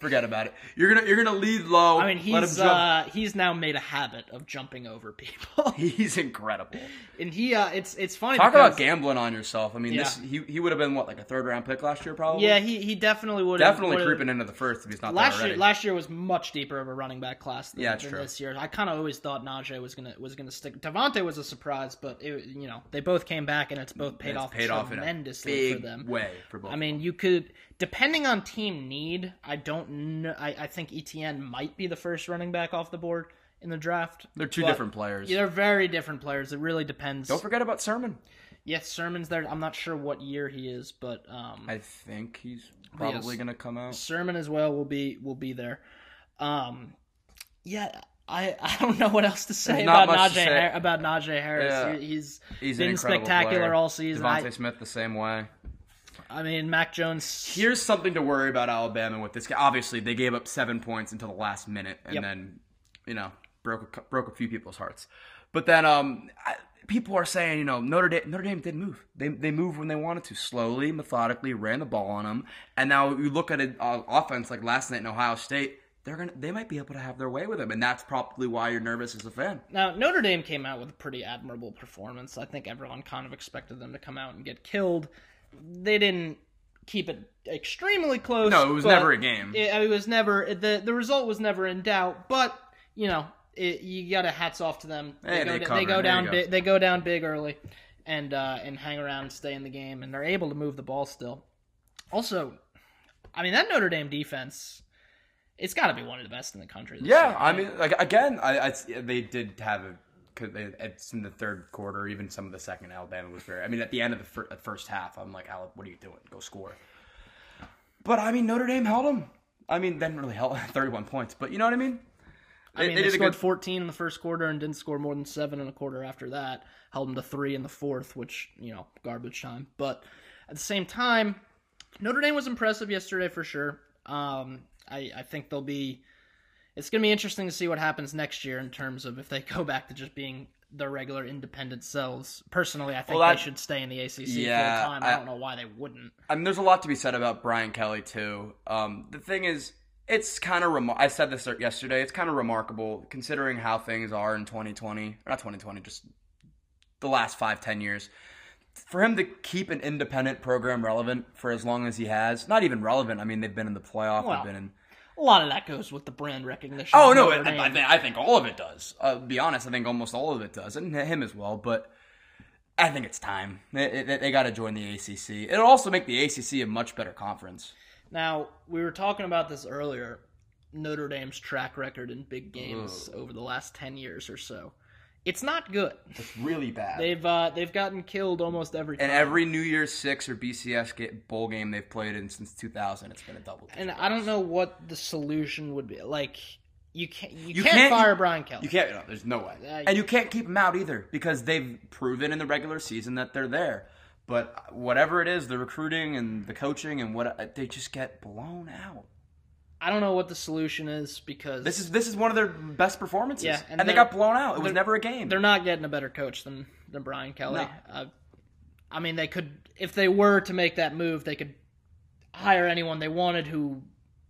B: forget about it. You're gonna you're gonna lead low.
A: I mean,
B: let him
A: he's
B: jump.
A: uh, he's now made a habit of jumping over people,
B: he's incredible.
A: and he uh, it's it's funny.
B: Talk
A: because,
B: about gambling on yourself. I mean, this he he would have been what like a third round pick last year, probably.
A: yeah, he he definitely would
B: definitely creeping into the first if he's not there
A: Last
B: already.
A: year, last year was much deeper of a running back class than,
B: Yeah, it's
A: than
B: true.
A: this year. I kind of always thought Najee was gonna was gonna stick. Devontae was a surprise, but it, you know they both came back, and it's both paid
B: It's
A: off
B: paid off in a
A: tremendously
B: big
A: for them.
B: way for both.
A: I mean, you could depending on team need. I don't know. I, I think ETN might be the first running back off the board in the draft.
B: They're two
A: but-
B: different players.
A: Yeah, they're very different players. It really depends.
B: Don't forget about Sermon.
A: Yes, Sermon's there. I'm not sure what year he is, but um,
B: I think he's probably going to come out.
A: Sermon as well will be will be there. Um, yeah, I I don't know what else to say
B: There's not
A: about
B: much
A: Najee
B: to say.
A: Har- about Najee Harris.
B: Yeah.
A: He- he's
B: He's an
A: been
B: incredible
A: spectacular
B: player.
A: all season.
B: Devontae
A: I,
B: Smith the same way.
A: I mean, Mac Jones.
B: Here's something to worry about Alabama with this. guy. Obviously, they gave up seven points until the last minute, and
A: Yep.
B: then you know broke a, cou- broke a few people's hearts. But then um, I, people are saying you know Notre Dame Notre Dame did move. They they moved when they wanted to, slowly, methodically, ran the ball on them. And now you look at an uh, offense like last night in Ohio State. They're gonna they might be able to have their way with them, and that's probably why you're nervous as a fan.
A: Now Notre Dame came out with a pretty admirable performance. I think everyone kind of expected them to come out and get killed. They didn't keep it extremely close.
B: No, it was
A: but-
B: never a game.
A: it, it was never the the result was never in doubt, but you know it, you got to hats off to them. They
B: Hey,
A: go,
B: they
A: da-
B: covered.
A: go
B: There
A: down
B: you go.
A: big. They go down big early, and uh, and hang around and stay in the game, and they're able to move the ball still. Also, I mean that Notre Dame defense, it's got to be one of the best in the country. This
B: Yeah,
A: year.
B: I mean, like again, I, I- they did have a because it's in the third quarter, even some of the second. Alabama was very. I mean, at the end of the fir- first half, I'm like, Alabama, what are you doing? Go score. But I mean, Notre Dame held them. I mean, they didn't really held 31 points, but you know what I mean.
A: I mean,
B: they
A: they,
B: did a
A: scored
B: good-
A: 14 in the first quarter and didn't score more than seven and a quarter after that. Held them to three in the fourth, which, you know, garbage time. But at the same time, Notre Dame was impressive yesterday for sure. Um, I, I think they'll be. It's going to be interesting to see what happens next year in terms of if they go back to just being their regular independent selves. Personally, I think
B: Well,
A: they
B: that-
A: should stay in the ACC
B: Yeah,
A: full time. I,
B: I-
A: don't know why they wouldn't.
B: I mean, there's a lot to be said about Brian Kelly too. Um, the thing is, it's kind of remar I said this er, yesterday. It's kind of remarkable considering how things are in 2020, or not 2020, just the last five, ten years. For him to keep an independent program relevant for as long as he has, not even relevant. I mean, they've been in the playoff.
A: Well,
B: they've been in.
A: A lot of that goes with the brand recognition.
B: Oh
A: of
B: no,
A: Notre
B: I, I,
A: Dame.
B: think- I think all of it does. Uh, to be honest, I think almost all of it does, and him as well. But I think it's time they, they, they got to join the ACC. It'll also make the ACC a much better conference.
A: Now, we were talking about this earlier Notre Dame's track record in big games over the last 10 years or so. It's not good.
B: It's really bad.
A: They've uh, they've gotten killed almost every time.
B: and every New Year's Six or BCS ga- bowl game they've played in since 2000, it's been a double.
A: and I don't know what the solution would be. Like you can't you,
B: You
A: can't,
B: can't-
A: fire Brian Kelly.
B: you can't. No, there's no way.
A: Uh,
B: and you can't keep them out either because they've proven in the regular season that they're there. But whatever it is, the recruiting and the coaching and what they just get blown out.
A: I don't know what the solution is because
B: This is this is one of their best performances.
A: Yeah, and
B: and, they
A: they're-
B: got blown out. It was
A: they're-
B: never a game.
A: they're not getting a better coach than than Brian Kelly.
B: No.
A: Uh, I mean, they could if they were to make that move, they could hire anyone they wanted who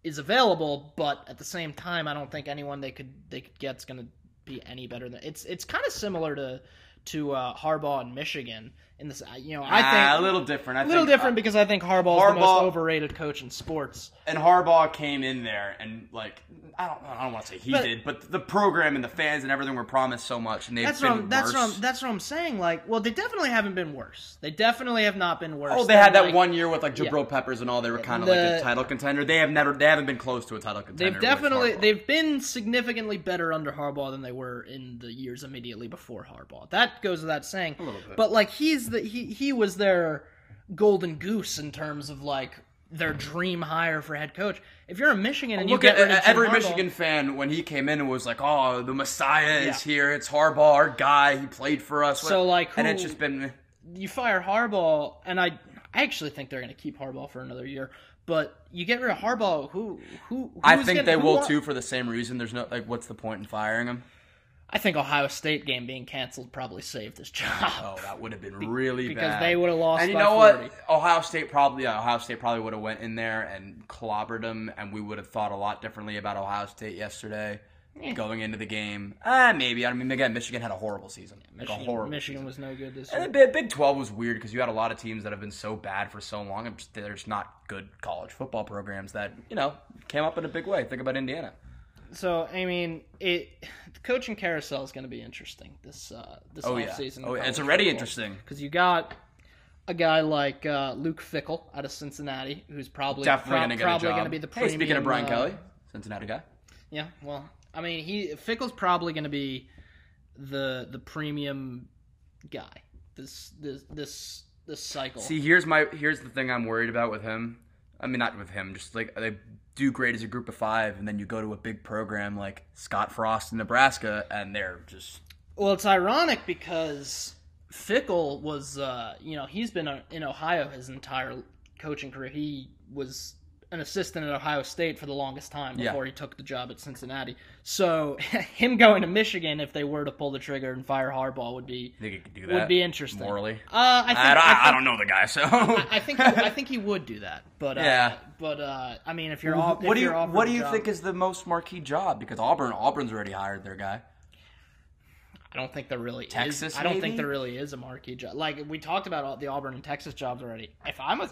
A: is available. But at the same time, I don't think anyone they could they could get's going to be any better than it's. It's kind of similar to to uh, Harbaugh in Michigan. In this, I- you know, I
B: Ah,
A: think
B: a little different. I
A: a little
B: think,
A: different because I think Harbaugh is the most
B: Harbaugh-
A: overrated coach in sports.
B: and Harbaugh came in there and like I don't I don't want to say he
A: But-
B: did, but the program and the fans and everything were promised so much, and they've
A: That's what
B: been
A: I'm, that's what
B: worse.
A: I'm, that's what I'm saying. Like, well, they definitely haven't been worse. They definitely have not been worse.
B: Oh, they had
A: than,
B: that
A: like,
B: one year with like Jabril Peppers and all. They were kind of
A: The-
B: like a title contender. They have never, they haven't been close to a title contender.
A: They've
B: with
A: definitely
B: Harbaugh.
A: they've been significantly better under Harbaugh than they were in the years immediately before Harbaugh. That goes without saying. A
B: little bit.
A: But like he's the he he was their golden goose in terms of like their dream hire for head coach. If you're a Michigan and
B: Look
A: you get
B: at
A: rid of Jim
B: every
A: Harbaugh-
B: Michigan fan when he came in and was like, "Oh, the Messiah is
A: Yeah.
B: here. It's Harbaugh, our guy. He played for us."
A: So, like,
B: and
A: who-
B: it's just been
A: you fire Harbaugh, and I I actually think they're going to keep Harbaugh for another year. But you get rid of Harbaugh, who who
B: I
A: who's
B: think
A: gonna-
B: they
A: who
B: will
A: wa-
B: too for the same reason. There's no like, what's the point in firing him?
A: I think Ohio State game being canceled probably saved his job.
B: Oh, that would have been really
A: because
B: bad
A: they would've lost
B: And you
A: by
B: know
A: 40.
B: what? Ohio State probably yeah, Ohio State probably would have went in there and clobbered them, and we would have thought a lot differently about Ohio State yesterday. Going into the game, ah, maybe. I mean, again, Michigan had a horrible season, like a horrible.
A: Michigan, Michigan was no good this year.
B: And the Big- Big Twelve was weird because you had a lot of teams that have been so bad for so long, and just, they're just not good college football programs that you know came up in a big way. Think about Indiana.
A: So I mean, it the coaching carousel is going to be interesting this uh, this
B: Oh yeah,
A: offseason.
B: oh yeah. It's already interesting.
A: because you got a guy like uh, Luke Fickle out of Cincinnati, who's probably
B: Definitely
A: pro-
B: gonna get
A: probably
B: a job.
A: going to be the
B: hey,
A: premium,
B: speaking of Brian
A: uh,
B: Kelly, Cincinnati guy.
A: Yeah, well, I mean, he Fickle's probably going to be the the premium guy this this this this cycle.
B: See, here's my here's the thing I'm worried about with him. I mean, not with him, just like they do great as a group of five, and then you go to a big program like Scott Frost in Nebraska, and they're just
A: Well, it's ironic because Fickle was, uh, you know, he's been uh, in Ohio his entire coaching career. He was an assistant at Ohio State for the longest time
B: Yeah.
A: before he took the job at Cincinnati. So him going to Michigan, if they were to pull the trigger and fire Harbaugh, would be
B: they could do that.
A: would be interesting.
B: morally.
A: Uh, I, think,
B: I, don't-
A: I,
B: I don't know the guy, so
A: think, I think he, I think he would do that, but uh,
B: Yeah.
A: But uh, I mean, if you're off,
B: what do you
A: you're offered
B: what do
A: a
B: you
A: job-
B: think is the most marquee job? Because Auburn Auburn's already hired their guy.
A: I don't think there really is.
B: Texas,
A: I don't think
B: maybe?
A: there really is a marquee job. Like we talked about all the Auburn and Texas jobs already. If I'm a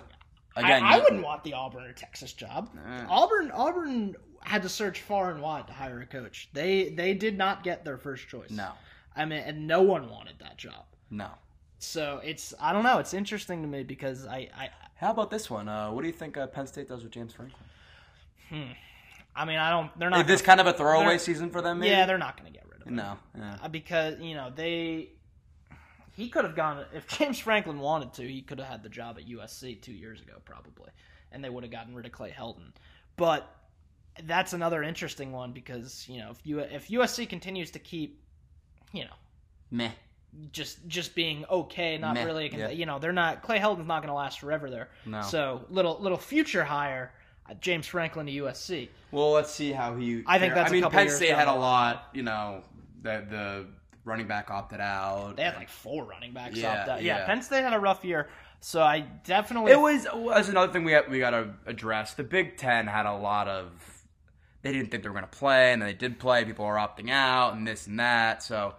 B: Again,
A: I, I
B: you-
A: wouldn't want the Auburn or Texas job. Auburn Auburn had to search far and wide to hire a coach. They they did not get their first choice.
B: No,
A: I mean, and no one wanted that job.
B: no.
A: So it's I don't know. It's interesting to me because I I,
B: How about this one? Uh, what do you think uh, Penn State does with James Franklin?
A: I mean I don't. They're not.
B: Is this
A: gonna-
B: kind of a throwaway
A: They're-
B: season for them? Maybe?
A: yeah, they're not going to get rid of. them.
B: No. Yeah.
A: Uh, because you know they he could have gone if James Franklin wanted to, he could have had the job at USC two years ago probably, and they would have gotten rid of Clay Helton. But that's another interesting one because you know if you if USC continues to keep you know
B: Meh.
A: just just being okay, not
B: Meh,
A: really a con-
B: yeah.
A: you know they're not Clay Helton's not going to last forever there.
B: No.
A: So little little future hire. uh, James Franklin to USC.
B: Well, let's see how he.
A: I think that's a
B: I mean,
A: couple
B: Penn
A: years
B: State
A: down
B: had
A: the
B: a lot. You know, that the running back opted out.
A: They had like four running backs
B: Yeah,
A: opt out. Yeah,
B: yeah.
A: Penn State had a rough year, so I definitely
B: it was was another thing we got, we got to address. The Big Ten had a lot of. They didn't think they were going to play, and they did play. People are opting out, and this and that. So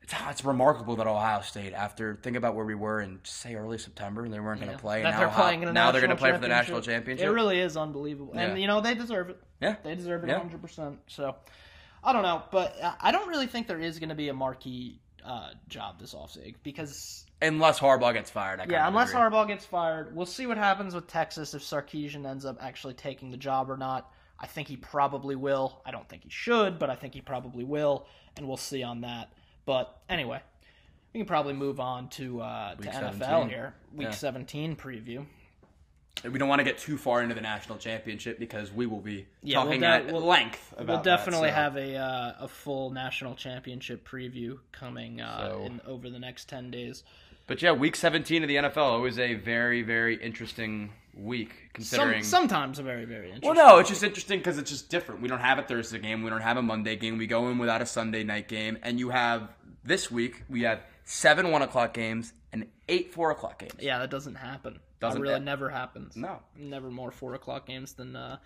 B: it's it's remarkable that Ohio State, after think about where we were in say early September, they weren't going
A: Yeah.
B: to play. and
A: That
B: now
A: they're
B: Ohio-
A: playing in a
B: now they're
A: national
B: gonna play for the
A: championship.
B: national championship.
A: It really is unbelievable, and
B: Yeah.
A: you know they deserve it.
B: yeah,
A: They deserve it
B: Yeah.
A: 100. percent So I don't know, but I- I don't really think there is going to be a marquee uh, job this offseason because
B: unless Harbaugh gets fired. I kind
A: yeah,
B: of
A: unless
B: agree.
A: Harbaugh gets fired, we'll see what happens with Texas if Sarkeesian ends up actually taking the job or not. I think he probably will. I don't think he should, but I think he probably will, and we'll see on that. But anyway, we can probably move on to uh, to
B: Week
A: NFL
B: 17.
A: here, Week
B: Yeah.
A: 17 preview.
B: we don't want to get too far into the national championship because we will be
A: Yeah, we'll
B: talking
A: de-
B: at
A: we'll-
B: length. About
A: we'll definitely
B: that, so.
A: have a uh, a full national championship preview coming uh,
B: So-
A: in over the next ten days.
B: But yeah, week 17 of the NFL always a very, very interesting week
A: Some,
B: considering.
A: sometimes a very very interesting.
B: well, no, it's just interesting because it's just different. We don't have a Thursday game. We don't have a Monday game. We go in without a Sunday night game. And you have this week, we have seven one o'clock games and eight four o'clock games.
A: yeah, that doesn't happen.
B: Doesn't
A: that really
B: it?
A: never happens.
B: No.
A: never more four o'clock games than uh,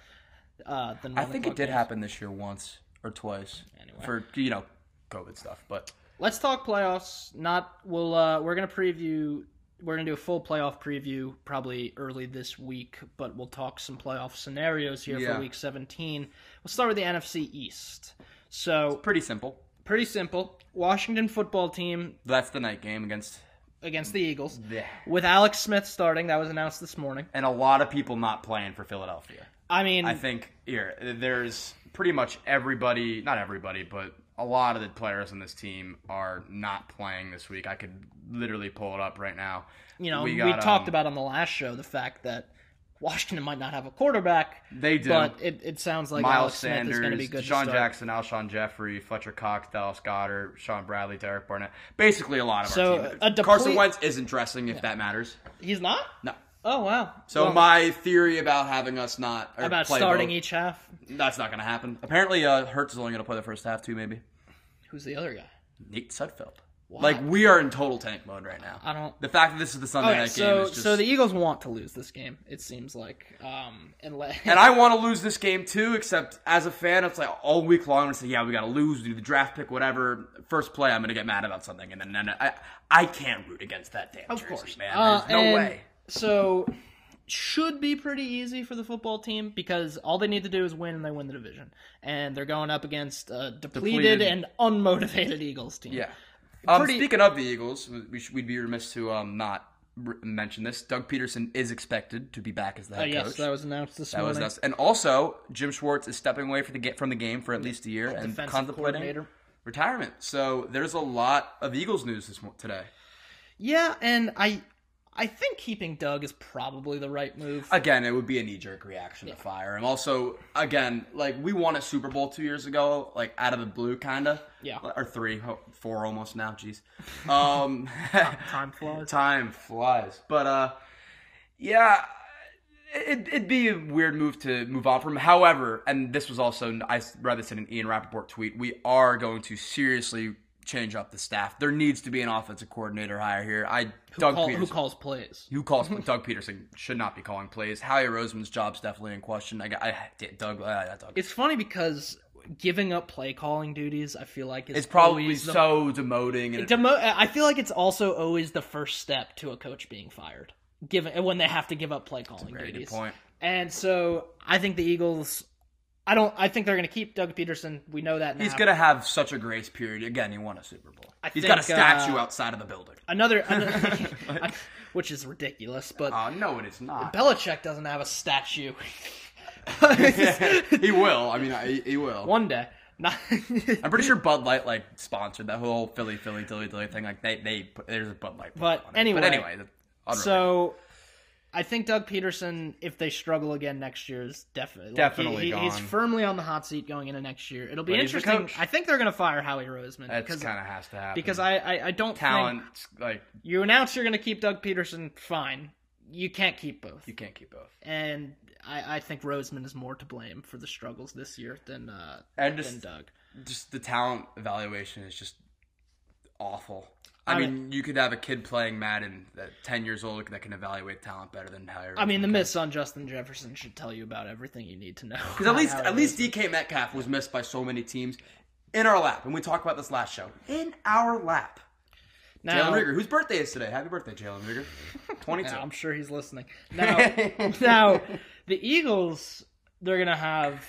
A: uh than.
B: I
A: one
B: think
A: o'clock
B: it did
A: games.
B: happen this year once or twice
A: Anyway.
B: for, you know, COVID stuff. But
A: Let's talk playoffs. Not we'll uh we're gonna preview. We're gonna do a full playoff preview probably early this week, but we'll talk some playoff scenarios here
B: Yeah.
A: for week seventeen. We'll start with the NFC East. So
B: pretty simple.
A: pretty simple. Washington football team
B: That's the night game against.
A: against the Eagles
B: Yeah.
A: with Alex Smith starting. That was announced this morning.
B: And a lot of people not playing for Philadelphia.
A: I mean,
B: I think here there's pretty much everybody, not everybody, but a lot of the players on this team are not playing this week. I could literally pull it up right now.
A: you know, we,
B: we got,
A: talked
B: um,
A: about on the last show the fact that Washington might not have a quarterback,
B: They do.
A: but it, it sounds like
B: Miles
A: Alex Smith
B: Sanders,
A: is going to be good. to
B: Deshaun
A: start.
B: Jackson, Alshon Jeffrey, Fletcher Cox, Dallas Goddard, Sean Bradley, Derek Barnett. Basically, a lot of
A: So,
B: our team.
A: a deplete-
B: Carson Wentz isn't dressing, if that matters.
A: He's not.
B: No.
A: Oh wow.
B: So
A: Well,
B: my theory about having us not or
A: about
B: play
A: starting
B: both,
A: each half.
B: that's not going to happen. Apparently, uh, Hertz is only going to play the first half too. Maybe
A: Who's the other guy?
B: Nate Sudfeld.
A: Wow.
B: Like we are in total tank mode right now.
A: I don't.
B: The fact that this is the Sunday
A: Okay,
B: night
A: so
B: game is just.
A: so the Eagles want to lose this game. It seems like, um, unless
B: and I want to lose this game too, except as a fan, it's like all week long, I'm gonna say, yeah, we got to lose, do the draft pick, whatever. First play, I'm going to get mad about something. And then, then I, I can't root against that damn
A: Of
B: jersey,
A: course,
B: man.
A: Uh,
B: There's no
A: and
B: way.
A: So should be pretty easy for the football team because all they need to do is win and they win the division. And they're going up against a depleted,
B: Depleted.
A: and unmotivated Eagles team.
B: Yeah. Um,
A: pretty-
B: Speaking of the Eagles, we should, we'd be remiss to um, not r mention this. Doug Peterson is expected to be back as the head
A: Uh, yes,
B: coach.
A: that was announced this
B: That was
A: morning.
B: nuts. And also, Jim Schwartz is stepping away for the, ga- from the game for at least a year and
A: defensive
B: contemplating
A: coordinator.
B: retirement. So there's a lot of Eagles news this mo- today.
A: Yeah, and I I think keeping Doug is probably the right move.
B: Again, it would be a knee jerk reaction to fire him. Also, again, like we won a Super Bowl two years ago, like out of the blue, kinda.
A: Yeah.
B: Or three, ho- four almost now. Jeez. Um,
A: Time flies.
B: time flies. But uh, yeah, it, it'd be a weird move to move on from. However, and this was also I read this in an Ian Rappaport tweet. We are going to seriously change up the staff. There needs to be an offensive coordinator hire here. I Doug
A: Call- who
B: Peterson.
A: calls plays?
B: Who calls Doug Peterson should not be calling plays. Howie Roseman's job's definitely in question. I, got- I Doug, uh, Doug.
A: It's funny because giving up play calling duties, I feel like is
B: It's probably
A: always the
B: so demoting and
A: Demo- uh, I feel like it's also always the first step to a coach being fired, given uh, when they have to give up play calling
B: very good
A: duties.
B: point.
A: And so I think the Eagles. I don't. I think they're going to keep Doug Peterson. We know that now.
B: He's gonna have such a grace period. Again, he won a Super Bowl.
A: I
B: He's got a
A: think, uh,
B: statue outside of the building.
A: another, another which is ridiculous, but
B: Uh, no, it is not.
A: Belichick doesn't have a statue.
B: he will. I mean, I, he will.
A: One day, Not-
B: I'm pretty sure Bud Light like sponsored that whole Philly, Philly, Dilly, Dilly thing. Like they, they put, there's a Bud Light.
A: But
B: logo on it.
A: anyway,
B: but anyway, that's unrelated.
A: so I think Doug Peterson, if they struggle again next year, is definitely like,
B: Definitely
A: he- he- he's
B: gone.
A: firmly on the hot seat going into next year. It'll be
B: But he's the
A: interesting.
B: coach.
A: I think they're going to fire Howie Roseman
B: that
A: because
B: kind of has to happen
A: because I, I I don't
B: talent
A: think
B: like
A: you announce you're going to keep Doug Peterson. Fine, you can't keep both,
B: you can't keep both.
A: and I, I think Roseman is more to blame for the struggles this year than uh,
B: And
A: than
B: just
A: Doug.
B: just the talent evaluation is just awful.
A: I
B: I, mean, you could have a kid playing Madden that ten years old that can evaluate talent better than Howie.
A: I mean, the miss on Justin Jefferson should tell you about everything you need to know.
B: Because at
A: about
B: least
A: Howie
B: at least DK Metcalf was missed by so many teams in our lap, and we talked about this last show. In our lap,
A: Roseman. now,
B: Jalen Rieger, whose birthday is today? Happy birthday, Jalen Rieger. Twenty-two.
A: Yeah, I'm sure he's listening. Now, now the Eagles, they're gonna have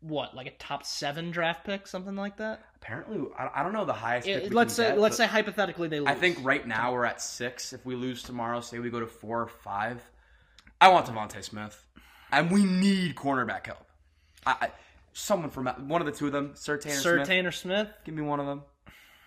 A: what, like a top seven draft pick, something like that.
B: Apparently, I, I don't know the highest.
A: It-
B: pick we
A: let's
B: can
A: say,
B: get,
A: let's
B: but
A: say hypothetically they lose.
B: I think right now we're at six. If we lose tomorrow, say we go to four or five. I want Devontae Smith, and we need cornerback help. I, I someone from one of the two of them, Sertan or
A: Sir
B: Smith.
A: Tanner Smith.
B: Give me one of them.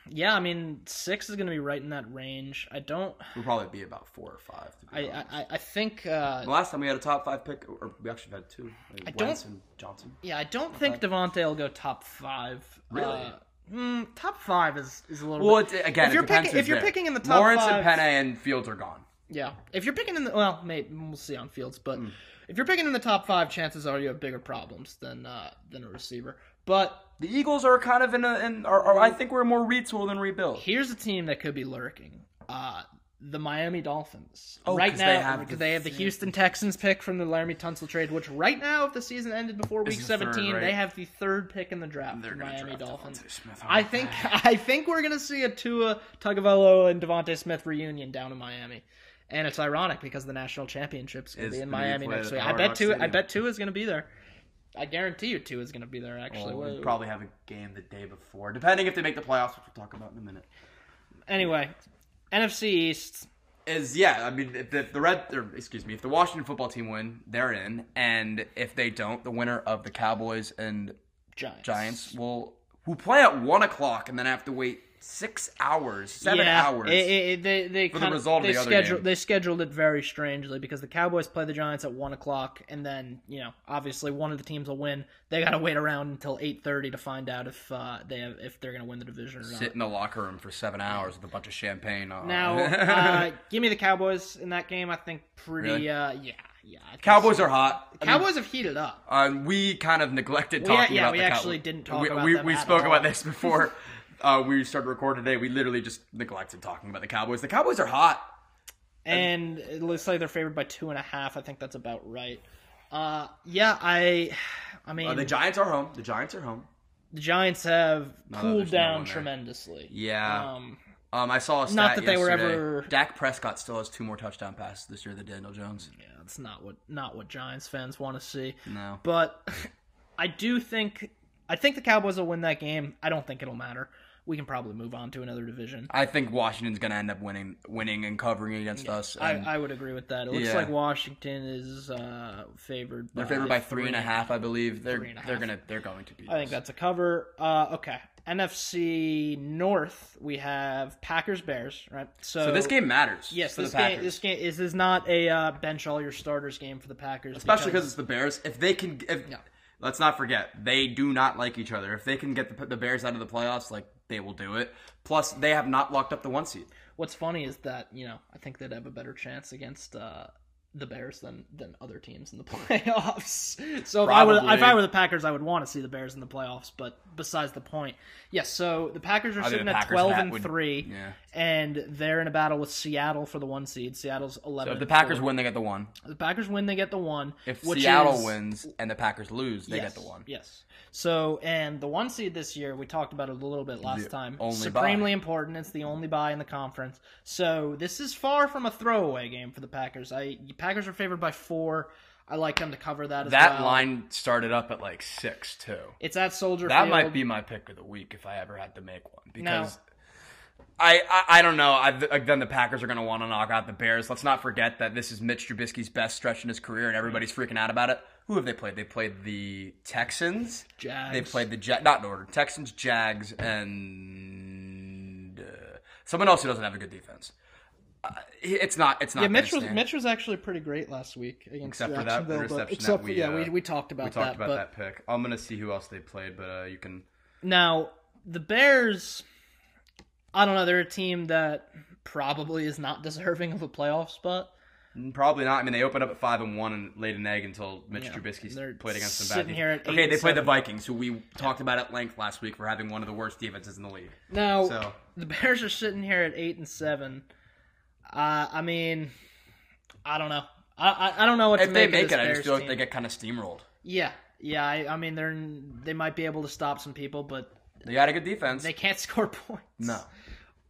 A: Yeah, I mean six is gonna be right in that range. I don't.
B: We'll probably be about four or five. To be
A: I
B: honest.
A: I, I- I think. Uh,
B: The last time we had a top five pick, or we actually had two. Like
A: don't-
B: Wentz and Johnson.
A: yeah, I don't think Devontae will go top five.
B: Really?
A: Uh, hmm, top five is is a little.
B: Well,
A: bit,
B: it, again,
A: If
B: it
A: you're
B: depends
A: picking-
B: who's
A: if you're
B: there.
A: picking in the top
B: Lawrence
A: five-
B: and Penne and Fields are gone.
A: Yeah, if you're picking in the well, maybe we'll see on Fields, but
B: Hmm.
A: if you're picking in the top five, chances are you have bigger problems than uh, than a receiver. But
B: The Eagles are kind of in a. In, are, are, I think we're more retool than rebuild.
A: here's a team that could be lurking: uh, the Miami Dolphins.
B: Oh,
A: right
B: 'cause
A: now,
B: they have the
A: they have the
B: third-
A: Houston Texans pick from the Laramie Tunsil trade, which right now, if the season ended before Week
B: the
A: 17,
B: third, right?
A: they have the third pick in the draft.
B: They're
A: the
B: gonna
A: Miami
B: draft
A: Dolphins.
B: Devontae Smith.
A: I think
B: Ah.
A: I think we're gonna see a Tua Tagovailoa and Devontae Smith reunion down in Miami, and it's ironic because the national championship's gonna
B: It's
A: be in
B: gonna be
A: Miami
B: played
A: next
B: at
A: week. I
B: Hard
A: bet
B: Rock
A: Tua. I
B: Stadium.
A: bet Tua is gonna be there. I guarantee you, Tua is gonna be there. Actually,
B: Well, we
A: Whoa.
B: probably have a game the day before, depending if they make the playoffs, which we'll talk about in a minute.
A: anyway, NFC East.
B: Is yeah, I mean, if the, the red, or excuse me, if the Washington football team win, they're in, and if they don't, the winner of the Cowboys and
A: Giants.
B: Giants will who play at one o'clock and then have to wait six hours, seven
A: yeah,
B: hours.
A: it- it- they they
B: for the
A: kinda-
B: result of
A: they
B: the other
A: scheduled,
B: game.
A: They scheduled it very strangely because the Cowboys play the Giants at one o'clock, and then you know obviously one of the teams will win. They got to wait around until eight thirty to find out if uh, they have, if they're going to win the division or not.
B: Sit in the locker room for seven hours with a bunch of champagne. on.
A: Now, uh, give me the Cowboys in that game. I think pretty.
B: Really?
A: Uh, yeah, yeah. I think
B: Cowboys are hot. I mean,
A: Cowboys have heated up.
B: Um, we kind of neglected
A: yeah,
B: talking
A: yeah,
B: about
A: we
B: the Cow-
A: actually didn't talk
B: we,
A: about
B: we,
A: them
B: We
A: at
B: spoke
A: all.
B: about this before uh, we started recording today. We literally just neglected talking about the Cowboys. The Cowboys are hot.
A: and it looks like they're favored by two and a half. I think that's about right. Uh, yeah, I, I mean,
B: Uh, the
A: the,
B: Giants are home. The Giants are home.
A: Giants have
B: no,
A: cooled
B: there's no
A: down
B: one there.
A: tremendously.
B: Yeah.
A: Um,
B: Um, I saw a stat
A: Not that they were
B: yesterday.
A: ever-
B: Dak Prescott still has two more touchdown passes this year than Daniel Jones.
A: yeah, that's not what not what Giants fans want to see.
B: No.
A: But I do think I think the Cowboys will win that game. I don't think it'll matter. We can probably move on to another division.
B: I think Washington's going to end up winning, winning and covering against us.
A: I,
B: and
A: I would agree with that. It looks
B: Yeah.
A: like Washington is uh, favored.
B: they're favored by three and a half, I believe. They're
A: Three and a
B: they're
A: half.
B: gonna they're going to beat.
A: I think
B: us.
A: that's a cover. Uh, okay, NFC North. We have Packers Bears. Right. So,
B: so. This game matters.
A: Yes,
B: for
A: this
B: the
A: game.
B: Packers.
A: This game is is not a uh, bench all your starters game for the Packers,
B: especially because it's the Bears. If they can, if, let's not forget, they do not like each other. If they can get the, the Bears out of the playoffs, like they will do it. Plus, they have not locked up the one seed.
A: what's funny is that you know I think they'd have a better chance against uh, the Bears than than other teams in the playoffs. so if I were if
B: Probably.
A: I were the Packers, I would want to see the Bears in the playoffs. But besides the point, yes. so the Packers are
B: think
A: sitting
B: the
A: at
B: Packers
A: twelve
B: hat
A: and
B: would-
A: three,
B: yeah.
A: and they're in a battle with Seattle for the one seed. Seattle's eleven.
B: If the
A: and
B: Packers
A: four.
B: win, they get the one.
A: If the Packers win, they get the one.
B: If
A: which
B: Seattle
A: is-
B: wins and the Packers lose, they
A: Yes,
B: get the one.
A: Yes. So, and the one seed this year, we talked about it a little bit last
B: The
A: time.
B: only
A: Supremely
B: bye.
A: important. It's the only buy in the conference. So this is far from a throwaway game for the Packers. I Packers are favored by four. I like them to cover that. As
B: That
A: well.
B: line started up at like six too.
A: It's at Soldier
B: That
A: Field.
B: might be my pick of the week if I ever had to make one because. I, I, I don't know. I, like, then the Packers are going to want to knock out the Bears. Let's not forget that this is Mitch Trubisky's best stretch in his career, and everybody's freaking out about it. who have they played? They played the Texans.
A: Jags.
B: They played the ja- not in order. Texans, Jags, and uh, someone else who doesn't have a good defense. Uh, it's not. It's not.
A: Yeah, Mitch
B: gonna
A: was
B: stand.
A: Mitch was actually pretty great last week against
B: Except for that
A: Jacksonville. but-
B: interception that
A: except
B: we,
A: for yeah,
B: uh,
A: we we talked about
B: we talked
A: that.
B: about
A: but
B: that pick. I'm gonna see who else they played, but uh, you can.
A: now the Bears, I don't know. They're a team that probably is not deserving of a playoff spot.
B: Probably not. I mean, they opened up at five and one and laid an egg until Mitch
A: Yeah, they're
B: Trubisky played against some bad
A: sitting
B: teams.
A: here at eight
B: okay,
A: and
B: they played the
A: seven.
B: Vikings, who we talked about at length last week for having one of the worst defenses in the league.
A: Now
B: So
A: the Bears are sitting here at eight and seven. Uh, I mean, I don't know. I I, I don't know what to
B: if they
A: of
B: make
A: this
B: it, I just
A: Bears
B: feel like
A: team.
B: they get kind of steamrolled.
A: yeah yeah. I, I mean, they're they might be able to stop some people, but
B: They got a good defense.
A: they can't score points.
B: no.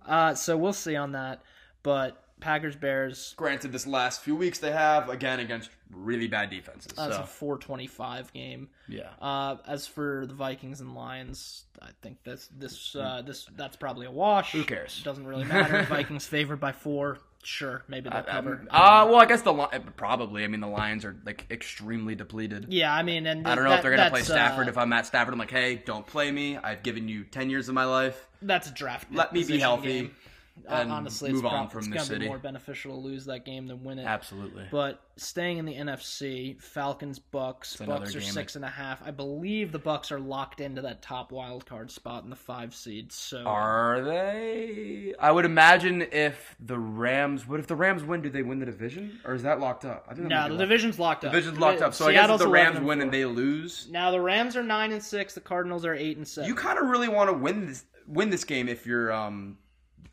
A: Uh, so we'll see on that. But Packers Bears.
B: Granted, this last few weeks they have again against really bad defenses.
A: That's
B: so
A: a 425 game.
B: yeah,
A: Uh, as for the Vikings and Lions, I think that's this uh, this that's probably a wash.
B: Who cares?
A: Doesn't really matter. Vikings favored by four. Sure, maybe they'll cover.
B: Uh, well, I guess the Li- probably. I mean, the Lions are like extremely depleted.
A: yeah, I mean, and
B: I don't know if
A: that-
B: they're gonna play
A: that's,
B: Stafford.
A: uh,
B: if I'm Matt Stafford, I'm like, hey, don't play me. I've given you ten years of my life.
A: that's a draft.
B: Let me be
A: position
B: healthy
A: game. Uh,
B: and
A: honestly,
B: move
A: it's
B: on
A: prob-
B: from
A: it's
B: this
A: gonna
B: city.
A: be more beneficial to lose that game than win it.
B: Absolutely.
A: But staying in the NFC, Falcons, Bucks,
B: another
A: Bucks are
B: game
A: six and a half. I believe the Bucks are locked into that top wild card spot in the five seed. So
B: Are they? I would imagine if the Rams. What if the Rams win? Do they win the division, or is that locked up? I don't
A: no, the division's locked up.
B: Division's locked up. So I guess
A: Seattle's
B: if the
A: 11
B: Rams win and
A: four.
B: they lose,
A: now the Rams are nine and six. The Cardinals are eight and seven.
B: you kind of really want to win this win this game if you're um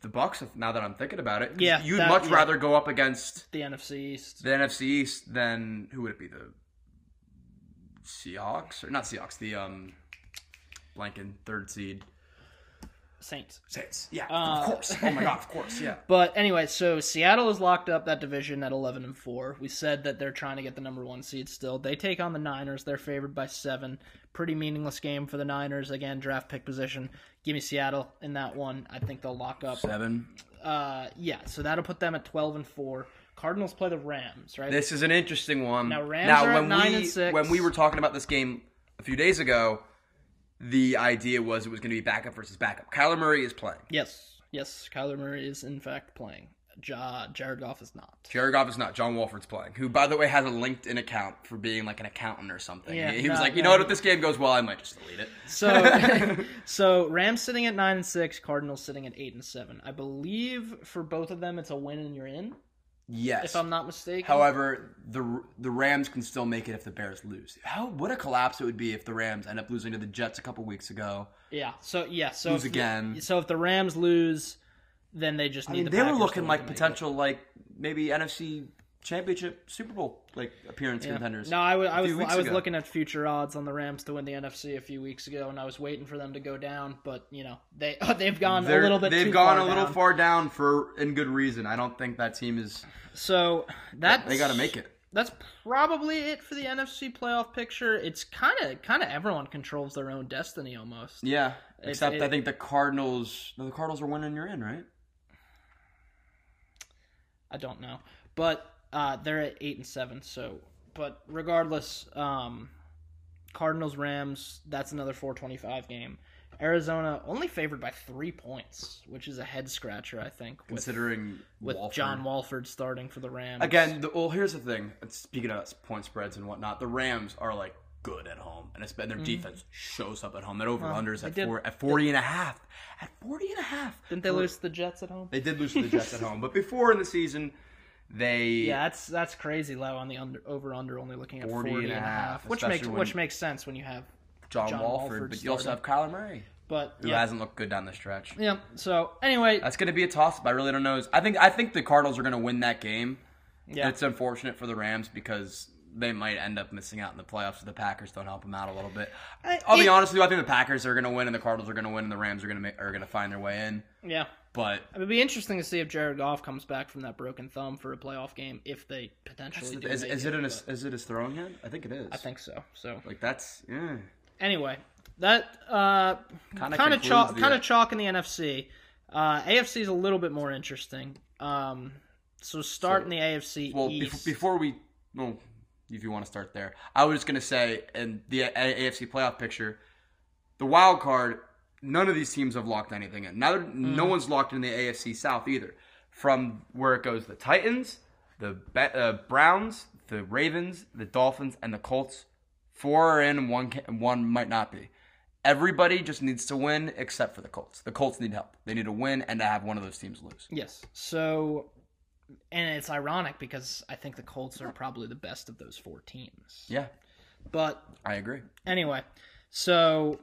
B: the Bucks. If, now that I'm thinking about it, 'Cause
A: Yeah,
B: you'd
A: that-
B: much
A: yeah.
B: rather go up against
A: the NFC East.
B: the NFC East than who would it be the Seahawks or not Seahawks? The um blanking third seed
A: Saints.
B: Saints. Yeah,
A: Uh,
B: of course. Oh my god, of course. Yeah.
A: But anyway, so Seattle is locked up that division at eleven and four. We said that they're trying to get the number one seed still. They take on the Niners. They're favored by seven. Pretty meaningless game for the Niners. Again, draft pick position. Give me Seattle in that one. I think they'll lock up.
B: Seven.
A: Uh, yeah, so that'll put them at twelve and four. Cardinals play the Rams, right?
B: This is an interesting one.
A: Now, Rams are at
B: when
A: nine
B: we,
A: and six.
B: When we were talking about this game a few days ago, the idea was it was going to be backup versus backup. Kyler Murray is playing.
A: yes, yes. Kyler Murray is in fact playing. Ja, Jared Goff is not.
B: Jared Goff is not. John Wolford's playing, who, by the way, has a LinkedIn account for being like an accountant or something.
A: Yeah,
B: he he was
A: no,
B: like, you
A: no.
B: know what? If this game goes well, I might just delete it.
A: So, so Rams sitting at nine and six, Cardinals sitting at eight and seven. I believe for both of them, it's a win and you're in,
B: Yes.
A: if I'm not mistaken.
B: However, the the Rams can still make it if the Bears lose. How what a collapse it would be if the Rams end up losing to the Jets a couple weeks ago.
A: yeah. So yeah. So
B: Lose
A: if the-
B: again.
A: so if the Rams lose, then they just
B: I
A: need.
B: mean,
A: the
B: they were
A: Packers
B: looking
A: to
B: like
A: make it.
B: potential, like maybe NFC Championship, Super Bowl, like appearance
A: Yeah.
B: contenders.
A: No, I was I was,
B: few weeks
A: I was
B: ago.
A: looking at future odds on the Rams to win the NFC a few weeks ago, and I was waiting for them to go down, but you know they they've gone
B: They're-
A: a little bit.
B: They've
A: too
B: gone
A: far
B: a little
A: down.
B: far down for and good reason. I don't think that team is.
A: So that
B: They got to make it.
A: that's probably it for the NFC playoff picture. It's kind of kind of everyone controls their own destiny almost.
B: Yeah. Except
A: it-
B: I think the Cardinals. No, the Cardinals are winning. You're in, right?
A: I don't know, but uh, they're at eight and seven. So, but regardless, um, Cardinals Rams. That's another four twenty five game. Arizona only favored by three points, which is a head scratcher, I think, with,
B: Considering
A: with
B: Walford.
A: John Walford starting for the Rams
B: Again, the, well, here's the thing. Speaking of point spreads and whatnot, the Rams are like good at home, and it's been their defense shows up at home. That over unders
A: Mm-hmm. they
B: at
A: did-
B: four at 40 and a half. At 40 and a half.
A: Didn't they
B: For-
A: lose to the Jets at home?
B: They did lose to the Jets at home, but before in the season, they
A: Yeah, that's that's crazy low on the under over under only looking at 40, and a half, which
B: especially
A: makes
B: when-
A: which makes sense when you have
B: John,
A: John
B: Walford,
A: Walford
B: but you also have Kyler Murray,
A: but
B: who
A: yeah.
B: hasn't Uh, looked good down the stretch.
A: Yeah. So anyway,
B: That's going to be a toss up. I really don't know. I think I think the Cardinals are going to win that game.
A: Yeah.
B: It's unfortunate for the Rams because they might end up missing out in the playoffs if the Packers don't help them out a little bit.
A: I-
B: I'll be
A: it-
B: honest with you. I think the Packers are going to win and the Cardinals are going to win and the Rams are going to make, are going to find their way in.
A: yeah.
B: But
A: It would be interesting to see if Jared Goff comes back from that broken thumb for a playoff game if they potentially do.
B: is,
A: make
B: is it an,
A: but
B: is it his throwing hand? I think it is.
A: I think so. So
B: like that's yeah.
A: anyway, that uh,
B: Kinda
A: kind of chalk,
B: concludes the- uh,
A: kind of chalk in the NFC. Uh, AFC is a little bit more interesting. Um, so start in the AFC
B: Well,
A: East.
B: bef- before we well, if you want to start there. I was just gonna say, in the A- AFC playoff picture, the wild card, none of these teams have locked anything in. Neither, no one's locked in the AFC South either. From where it goes, the Titans, the Be- uh, Browns, the Ravens, the Dolphins, and the Colts. Four are in, and one ca- one might not be. Everybody just needs to win except for the Colts. The Colts need help. They need to win and to have one of those teams lose.
A: Yes. So, and it's ironic because I think the Colts are probably the best of those four teams.
B: Yeah,
A: But
B: I agree.
A: anyway, so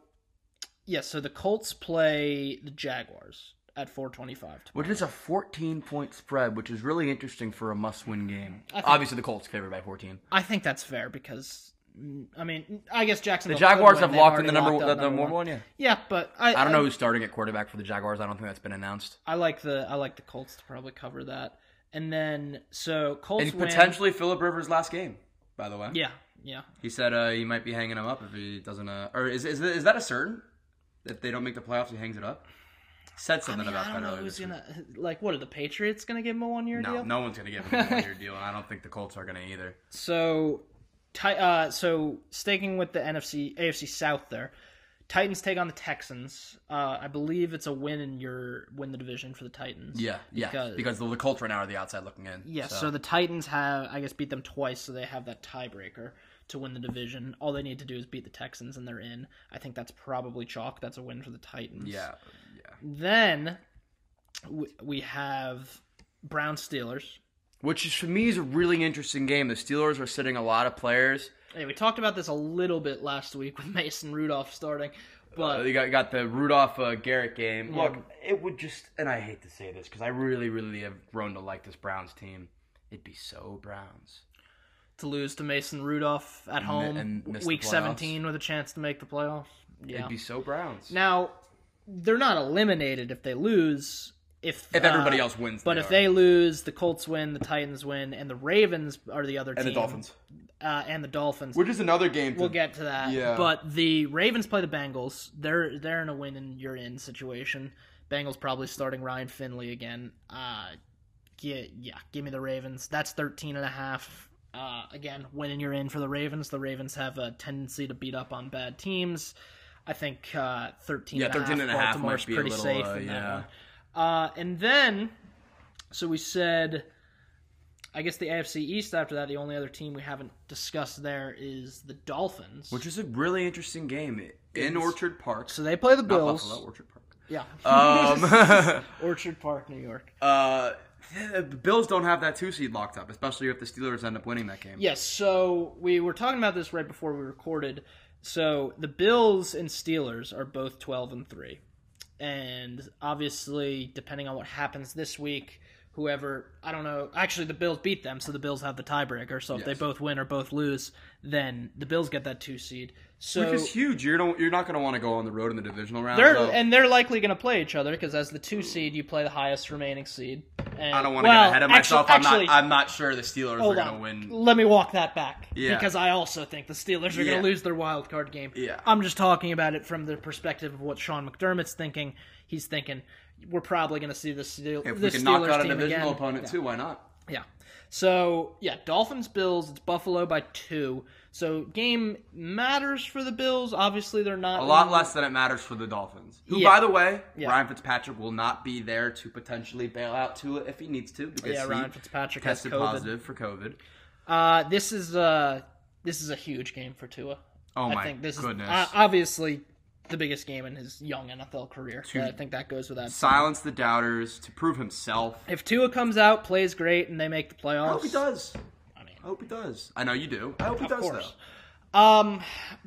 A: yeah, so the Colts play the Jaguars at 425 tomorrow.
B: Which is a 14 point spread, which is really interesting for a must win game.
A: think-
B: Obviously, the Colts favored by 14.
A: I think that's fair because mm, I mean, I guess Jackson.
B: The Jaguars have locked in the number, the, number one. yeah.
A: Yeah, but I,
B: I don't know who's starting at quarterback for the Jaguars. I don't think that's been announced.
A: I like the I like the Colts to probably cover that, and then so Colts
B: And
A: win.
B: potentially Philip Rivers' last game, by the way.
A: Yeah, yeah.
B: He said uh, he might be hanging him up if he doesn't. Uh, or is, is, is that a certain? That they don't make the playoffs, he hangs it up? Said
A: I,
B: something
A: mean,
B: about
A: I
B: that
A: don't know
B: earlier.
A: who's
B: This week.
A: gonna like. What are the Patriots gonna give him a one year
B: No,
A: deal?
B: no one's going to give him a one year deal, and I don't think the Colts are going to either.
A: So, ti- uh, so sticking with the NFC AFC South there, Titans take on the Texans. Uh, I believe it's a win in your win the division for the Titans.
B: Yeah, yeah. Because,
A: Because-
B: the, the Colts right now are the outside looking in.
A: Yeah, so. the Titans have, I guess, beat them twice, so they have that tiebreaker to win the division. All they need to do is beat the Texans, and they're in. I think that's probably chalk. That's a win for the Titans.
B: Yeah, yeah.
A: Then we, we have Brown Steelers.
B: which is, for me is a really interesting game. The Steelers are sitting a lot of players.
A: Hey, we talked about this a little bit last week with Mason Rudolph starting, but
B: Uh, you got, got the Rudolph uh, Garrett game.
A: Yeah.
B: Look, it would just, and I hate to say this because I really, really have grown to like this Browns team. It'd be so Browns.
A: to lose to Mason Rudolph at home
B: and miss the
A: week
B: playoffs.
A: 17 with a chance to make the playoffs. Yeah.
B: It'd be so Browns.
A: now, they're not eliminated if they lose. If
B: if everybody
A: uh,
B: else wins,
A: But if
B: are.
A: they lose, the Colts win, the Titans win, and the Ravens are the other
B: and the
A: team.
B: Dolphins,
A: Uh, and the Dolphins. we
B: which is another game. To,
A: will get to that.
B: Yeah.
A: But the Ravens play the Bengals. They're they're in a win and you're in situation. Bengals probably starting Ryan Finley again. Uh, yeah, yeah, give me the Ravens. That's 13 and a half. Uh, again, win and you're in for the Ravens. The Ravens have a tendency to beat up on bad teams. I think uh, 13
B: Yeah,
A: and a
B: 13 and a half
A: Baltimore's
B: might be a
A: pretty
B: little,
A: safe
B: uh,
A: in that
B: yeah.
A: one. Uh, and then, so we said, I guess the AFC East after that, the only other team we haven't discussed there is the Dolphins.
B: which is a really interesting game in Orchard Park.
A: so they play the
B: Not
A: Bills.
B: Buffalo, Orchard Park.
A: Yeah.
B: Um,
A: Orchard Park, New York.
B: uh, the Bills don't have that two seed locked up, especially if the Steelers end up winning that game.
A: Yes, so we were talking about this right before we recorded. So the Bills and Steelers are both 12 and 3. And obviously, depending on what happens this week, whoever, I don't know, actually the Bills beat them, so the Bills have the tiebreaker. So if they
B: Yes.
A: both win or both lose, then the Bills get that 2 seed. So
B: Which is huge. You're don't, you're not going to want to go on the road in the divisional round.
A: They're,
B: so
A: and they're likely going to play each other because as the two seed, you play the highest remaining seed. And,
B: I don't want to
A: well,
B: get ahead of
A: actu-
B: myself. I'm
A: actually,
B: not. I'm not sure the Steelers are
A: hold
B: going to
A: on.
B: win.
A: Let me walk that back
B: Yeah.
A: because I also think the Steelers are going
B: Yeah.
A: to lose their wild card game.
B: Yeah.
A: I'm just talking about it from the perspective of what Sean McDermott's thinking. He's thinking we're probably going to see the, Steel-
B: If
A: the
B: we can
A: Steelers
B: knock out a
A: team
B: divisional
A: again.
B: opponent
A: Yeah.
B: too, why not?
A: Yeah. So yeah, Dolphins Bills. It's Buffalo by two. So game matters for the Bills. Obviously, they're not
B: A lot less than it matters for the Dolphins. Who,
A: Yeah.
B: by the way,
A: Yeah.
B: Ryan Fitzpatrick will not be there to potentially bail out Tua if he needs to because
A: Oh, Yeah,
B: he
A: Ryan Fitzpatrick has
B: tested
A: COVID.
B: positive for COVID.
A: Uh, this is uh this is a huge game for Tua.
B: Oh my
A: I think this
B: goodness!
A: is uh, obviously the biggest game in his young NFL career. I think that goes without. saying.
B: Silence the doubters to prove himself.
A: If Tua comes out, plays great, and they make the playoffs,
B: I hope he does.
A: I mean,
B: I hope he does. I know you do. I hope he
A: of
B: does
A: course. Um,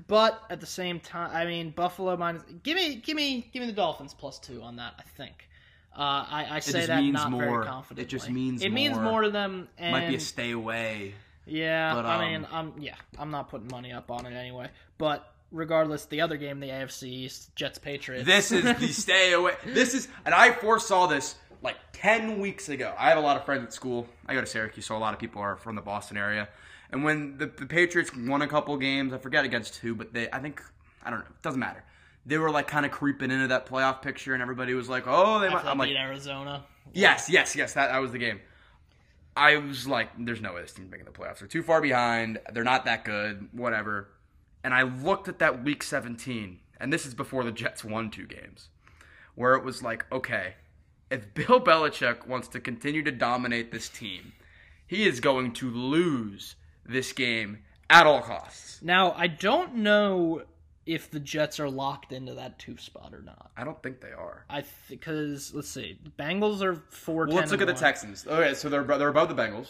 A: but at the same time, I mean, Buffalo minus. Give me, give me, give me the Dolphins plus two on that. I think. Uh, I, I say
B: just
A: that
B: means
A: not
B: more.
A: very
B: It
A: confidently.
B: just means
A: it means
B: more.
A: more to them.
B: though.
A: And
B: Might be a stay away.
A: Yeah,
B: But,
A: I mean,
B: um,
A: I'm yeah, I'm not putting money up on it anyway. But regardless, the other game, the AFC East, Jets Patriots.
B: This is the stay away. This is, and I foresaw this like 10 weeks ago. I have a lot of friends at school. I go to Syracuse, so a lot of people are from the Boston area. And when the, the Patriots won a couple games, I forget against who, but they, I think, I don't know, it doesn't matter. They were like kind of creeping into that playoff picture, and everybody was like, oh, they might.
A: After they
B: I'm like,
A: beat Arizona.
B: yes, yes, yes, that, that was the game. I was like, there's no way this team's making the playoffs. They're too far behind. They're not that good. Whatever. And I looked at that week 17, and this is before the Jets won two games, where it was like, okay, if Bill Belichick wants to continue to dominate this team, he is going to lose this game at all costs.
A: Now, I don't know if the Jets are locked into that two spot or not.
B: I don't think they are.
A: I because let's see, the Bengals are four.
B: Well, let's look at the
A: Texans,
B: Texans. Okay, so they're they're above the Bengals.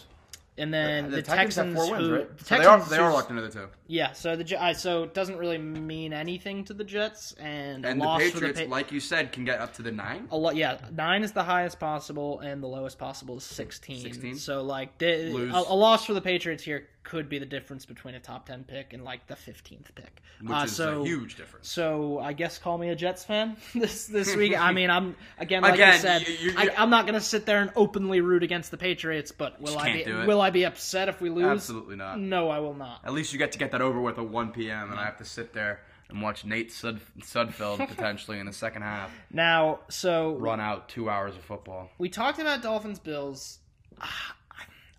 A: and then the,
B: have
A: Texans,
B: four wins,
A: who,
B: right?
A: the
B: So they are
A: Texans
B: they are
A: who's-
B: locked into the two.
A: Yeah, so the Je- I- so it doesn't really mean anything to the Jets, and,
B: And
A: a
B: the
A: loss
B: Patriots,
A: for the Pa- Uh,
B: like you said, can get up to the nine.
A: a lot. Yeah, nine is the highest possible, and the lowest possible is sixteen.
B: 16?
A: So like, the,
B: Lose.
A: a, a loss for the Patriots here could be the difference between a top ten pick and like the fifteenth pick,
B: Which
A: Uh,
B: is
A: so,
B: a huge difference.
A: So I guess call me a Jets fan this this week. I mean, I'm again like I
B: Again,
A: said,
B: you- you-
A: I, I'm not gonna sit there and openly root against the Patriots, but will I
B: can't
A: be
B: do it.
A: will I be upset if we lose?
B: Absolutely not.
A: No, I will not.
B: At least you get to get that over with at 1 p.m. and I have to sit there and watch Nate Sud- Sudfeld potentially in the second half
A: Now, so
B: run out two hours of football.
A: we talked about Dolphins Bills. Ah,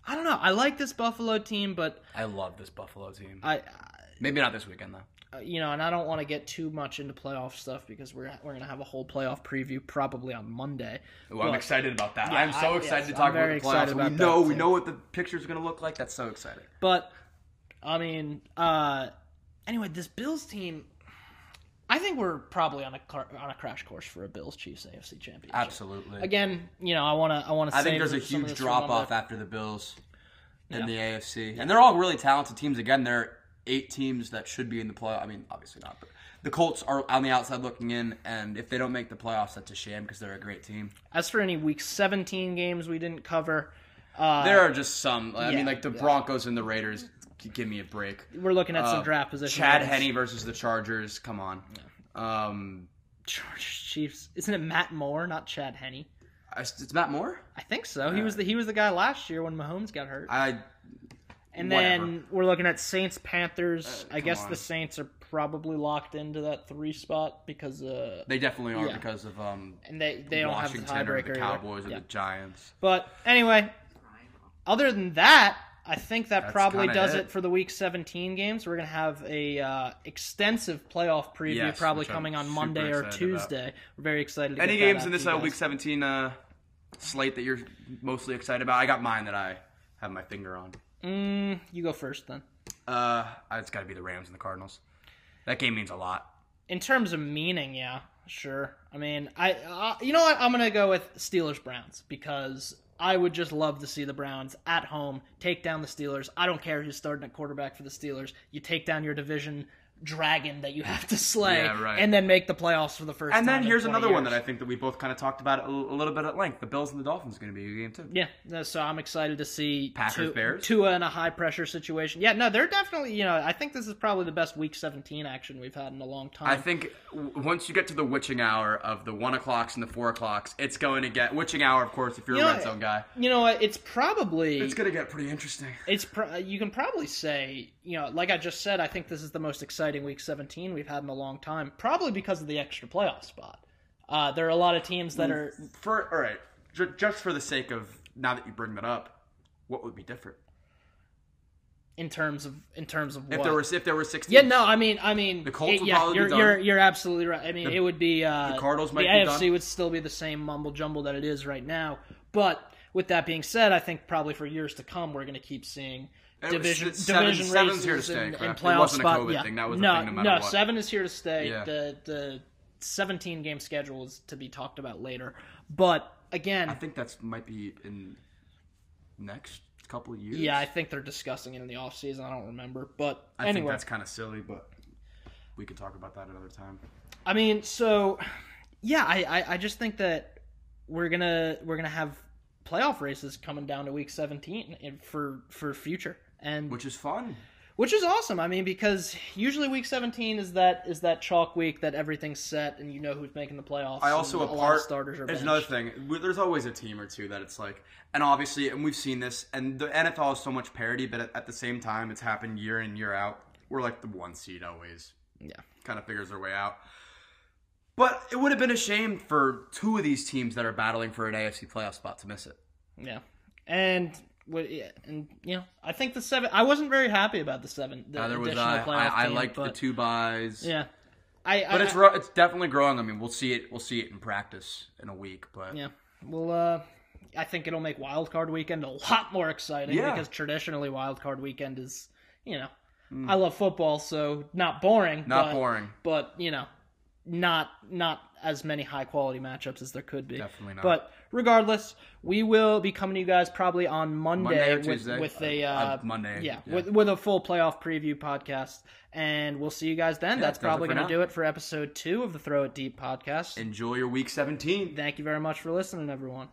A: I don't know. I like this Buffalo team, but
B: I love this Buffalo team.
A: I,
B: Maybe not this weekend though.
A: I- you know, and I don't want to get too much into playoff stuff because we're we're gonna have a whole playoff preview probably on Monday.
B: Ooh, I'm
A: But-
B: excited about that.
A: Yeah,
B: I'm so
A: I-
B: excited
A: yes,
B: to talk
A: I'm very
B: about the playoffs.
A: excited about
B: we
A: that
B: know we
A: too.
B: know what the picture's going to look like. That's so exciting.
A: But I mean, uh, anyway, this Bills team. I think we're probably on a car- on a crash course for a Bills Chiefs AFC championship.
B: Absolutely.
A: Again, you know, I want to I want to.
B: I think there's a huge drop off after the Bills in
A: Yeah.
B: the AFC, and they're all really talented teams. Again, there are eight teams that should be in the playoff. I mean, obviously not, but the Colts are on the outside looking in, and if they don't make the playoffs, that's a shame because they're a great team.
A: As for any week 17 games we didn't cover, uh,
B: There are just some. I
A: yeah,
B: mean, like the Broncos and the Raiders. g- Give me a break.
A: we're looking at some
B: Uh,
A: draft positions.
B: Chad Henney versus the Chargers. Come on. Um,
A: Chargers, Chiefs. Isn't it Matt Moore, not Chad Henney?
B: I- it's Matt Moore.
A: I think so.
B: Uh,
A: He was the he was the guy last year when Mahomes got hurt.
B: I
A: And
B: Whatever. Uh,
A: then we're looking at Saints Panthers. I
B: come
A: guess
B: on.
A: the Saints are probably locked into that three spot because uh,
B: they definitely are
A: Yeah.
B: because of um
A: and they they don't
B: Washington
A: have the
B: or
A: tiebreaker.
B: the
A: either.
B: Cowboys
A: Yeah.
B: or the Giants.
A: But anyway, other than that, I think that
B: That's
A: probably
B: kinda
A: does it.
B: it.
A: for the Week 17 games. We're gonna have a uh, extensive playoff preview
B: Yes,
A: probably
B: which I'm
A: coming on
B: super
A: Monday or
B: excited about.
A: Tuesday. We're very excited. To
B: Any
A: get that
B: games
A: out
B: in
A: to
B: this
A: you
B: uh,
A: guys.
B: week 17 uh, slate that you're mostly excited about? I got mine that I have my finger on.
A: Mm, you go first then.
B: Uh, it's got to be the Rams and the Cardinals. That game means a lot.
A: In terms of meaning, yeah, sure. I mean, I uh, you know what? I'm gonna go with Steelers Browns because I would just love to see the Browns at home take down the Steelers. I don't care who's starting at quarterback for the Steelers. You take down your division dragon that you have to slay,
B: Yeah, right.
A: and then make the playoffs for the first.
B: And then
A: time in
B: here's
A: 20
B: another one
A: years.
B: that I think that we both kind of talked about a, a little bit at length. The Bills and the Dolphins going to be a game too.
A: Yeah, no, so I'm excited to see
B: Packers,
A: Tua-
B: Bears?
A: Tua in a high pressure situation. Yeah, no, they're definitely. You know, I think this is probably the best Week 17 action we've had in a long time.
B: I think w- once you get to the witching hour of the one o'clocks and the four o'clocks, it's going to get witching hour. Of course, if you're
A: You
B: a
A: know,
B: red zone guy,
A: you know what? It's probably
B: it's going to get pretty interesting.
A: It's pro- you can probably say you know, like I just said, I think this is the most exciting week 17 we've had in a long time, probably because of the extra playoff spot. Uh, there are a lot of teams
B: Mm.
A: that are
B: For all right, ju- just for the sake of now that you bring that up, what would be different?
A: in terms of in terms of
B: If
A: what?
B: there was if there were sixteen,
A: yeah, no, I mean, I mean,
B: The Colts
A: it-
B: would
A: yeah,
B: probably be
A: you're,
B: done.
A: you're you're absolutely right. I mean, it would be uh,
B: the Cardinals might
A: the
B: be
A: AFC
B: done.
A: would still be the same mumble jumble that it is right now. But with that being said, I think probably for years to come, we're going to keep seeing.
B: was-
A: Division,
B: it's seven-
A: division
B: seven's
A: races
B: here to stay,
A: and, and
B: correct? It
A: playoff
B: wasn't a
A: spot.
B: COVID
A: yeah.
B: thing. That was a
A: no,
B: thing no matter
A: no,
B: what.
A: seven is here to stay.
B: Yeah.
A: The the seventeen game schedule is to be talked about later. But again,
B: I think that's might be in next couple of years.
A: yeah, I think they're discussing it in the offseason. I don't remember, but
B: I think
A: anyway,
B: that's kind of silly, but we could talk about that another time.
A: I mean, so yeah, I, I, I just think that we're gonna we're gonna have playoff races coming down to week seventeen in, for for future and
B: Which is fun.
A: which is awesome. I mean, because usually week seventeen is that is that chalk week that everything's set and you know who's making the playoffs.
B: I also
A: and
B: a
A: a lot
B: part.
A: of starters are
B: there's
A: benched.
B: another thing. We- There's always a team or two that it's like, and obviously, and we've seen this, and the NFL is so much parity, but at, at the same time, it's happened year in year out. We're like the one seed always.
A: Yeah.
B: kind of figures their way out. But it would have been a shame for two of these teams that are battling for an AFC playoff spot to miss it.
A: Yeah, and what- yeah, and you know, I think the seven. I wasn't very happy about the seven. The
B: Neither was
A: additional
B: I.
A: playoff
B: I, I
A: team,
B: liked the
A: but,
B: two buys.
A: Yeah, I.
B: But
A: I,
B: it's ro- it's definitely growing. I mean, we'll see it. We'll see it in practice in a week. But
A: Yeah. Well, uh, I think it'll make Wild Card Weekend a lot more exciting
B: Yeah.
A: because traditionally Wild Card Weekend is, you know, I love football, so not boring.
B: Hmm. not
A: but,
B: boring.
A: but you know, not not as many high quality matchups as there could be.
B: Definitely not.
A: But regardless, we will be coming to you guys probably on
B: Monday
A: Monday,
B: or
A: with,
B: Tuesday.
A: with a
B: Uh,
A: uh,
B: uh, Monday,
A: Yeah,
B: yeah.
A: With, with a full playoff preview podcast, and we'll see you guys then. That's
B: does it
A: probably
B: for
A: going
B: now.
A: to do it for episode two of the Throw It Deep podcast.
B: Enjoy your week 17.
A: Thank you very much for listening, everyone.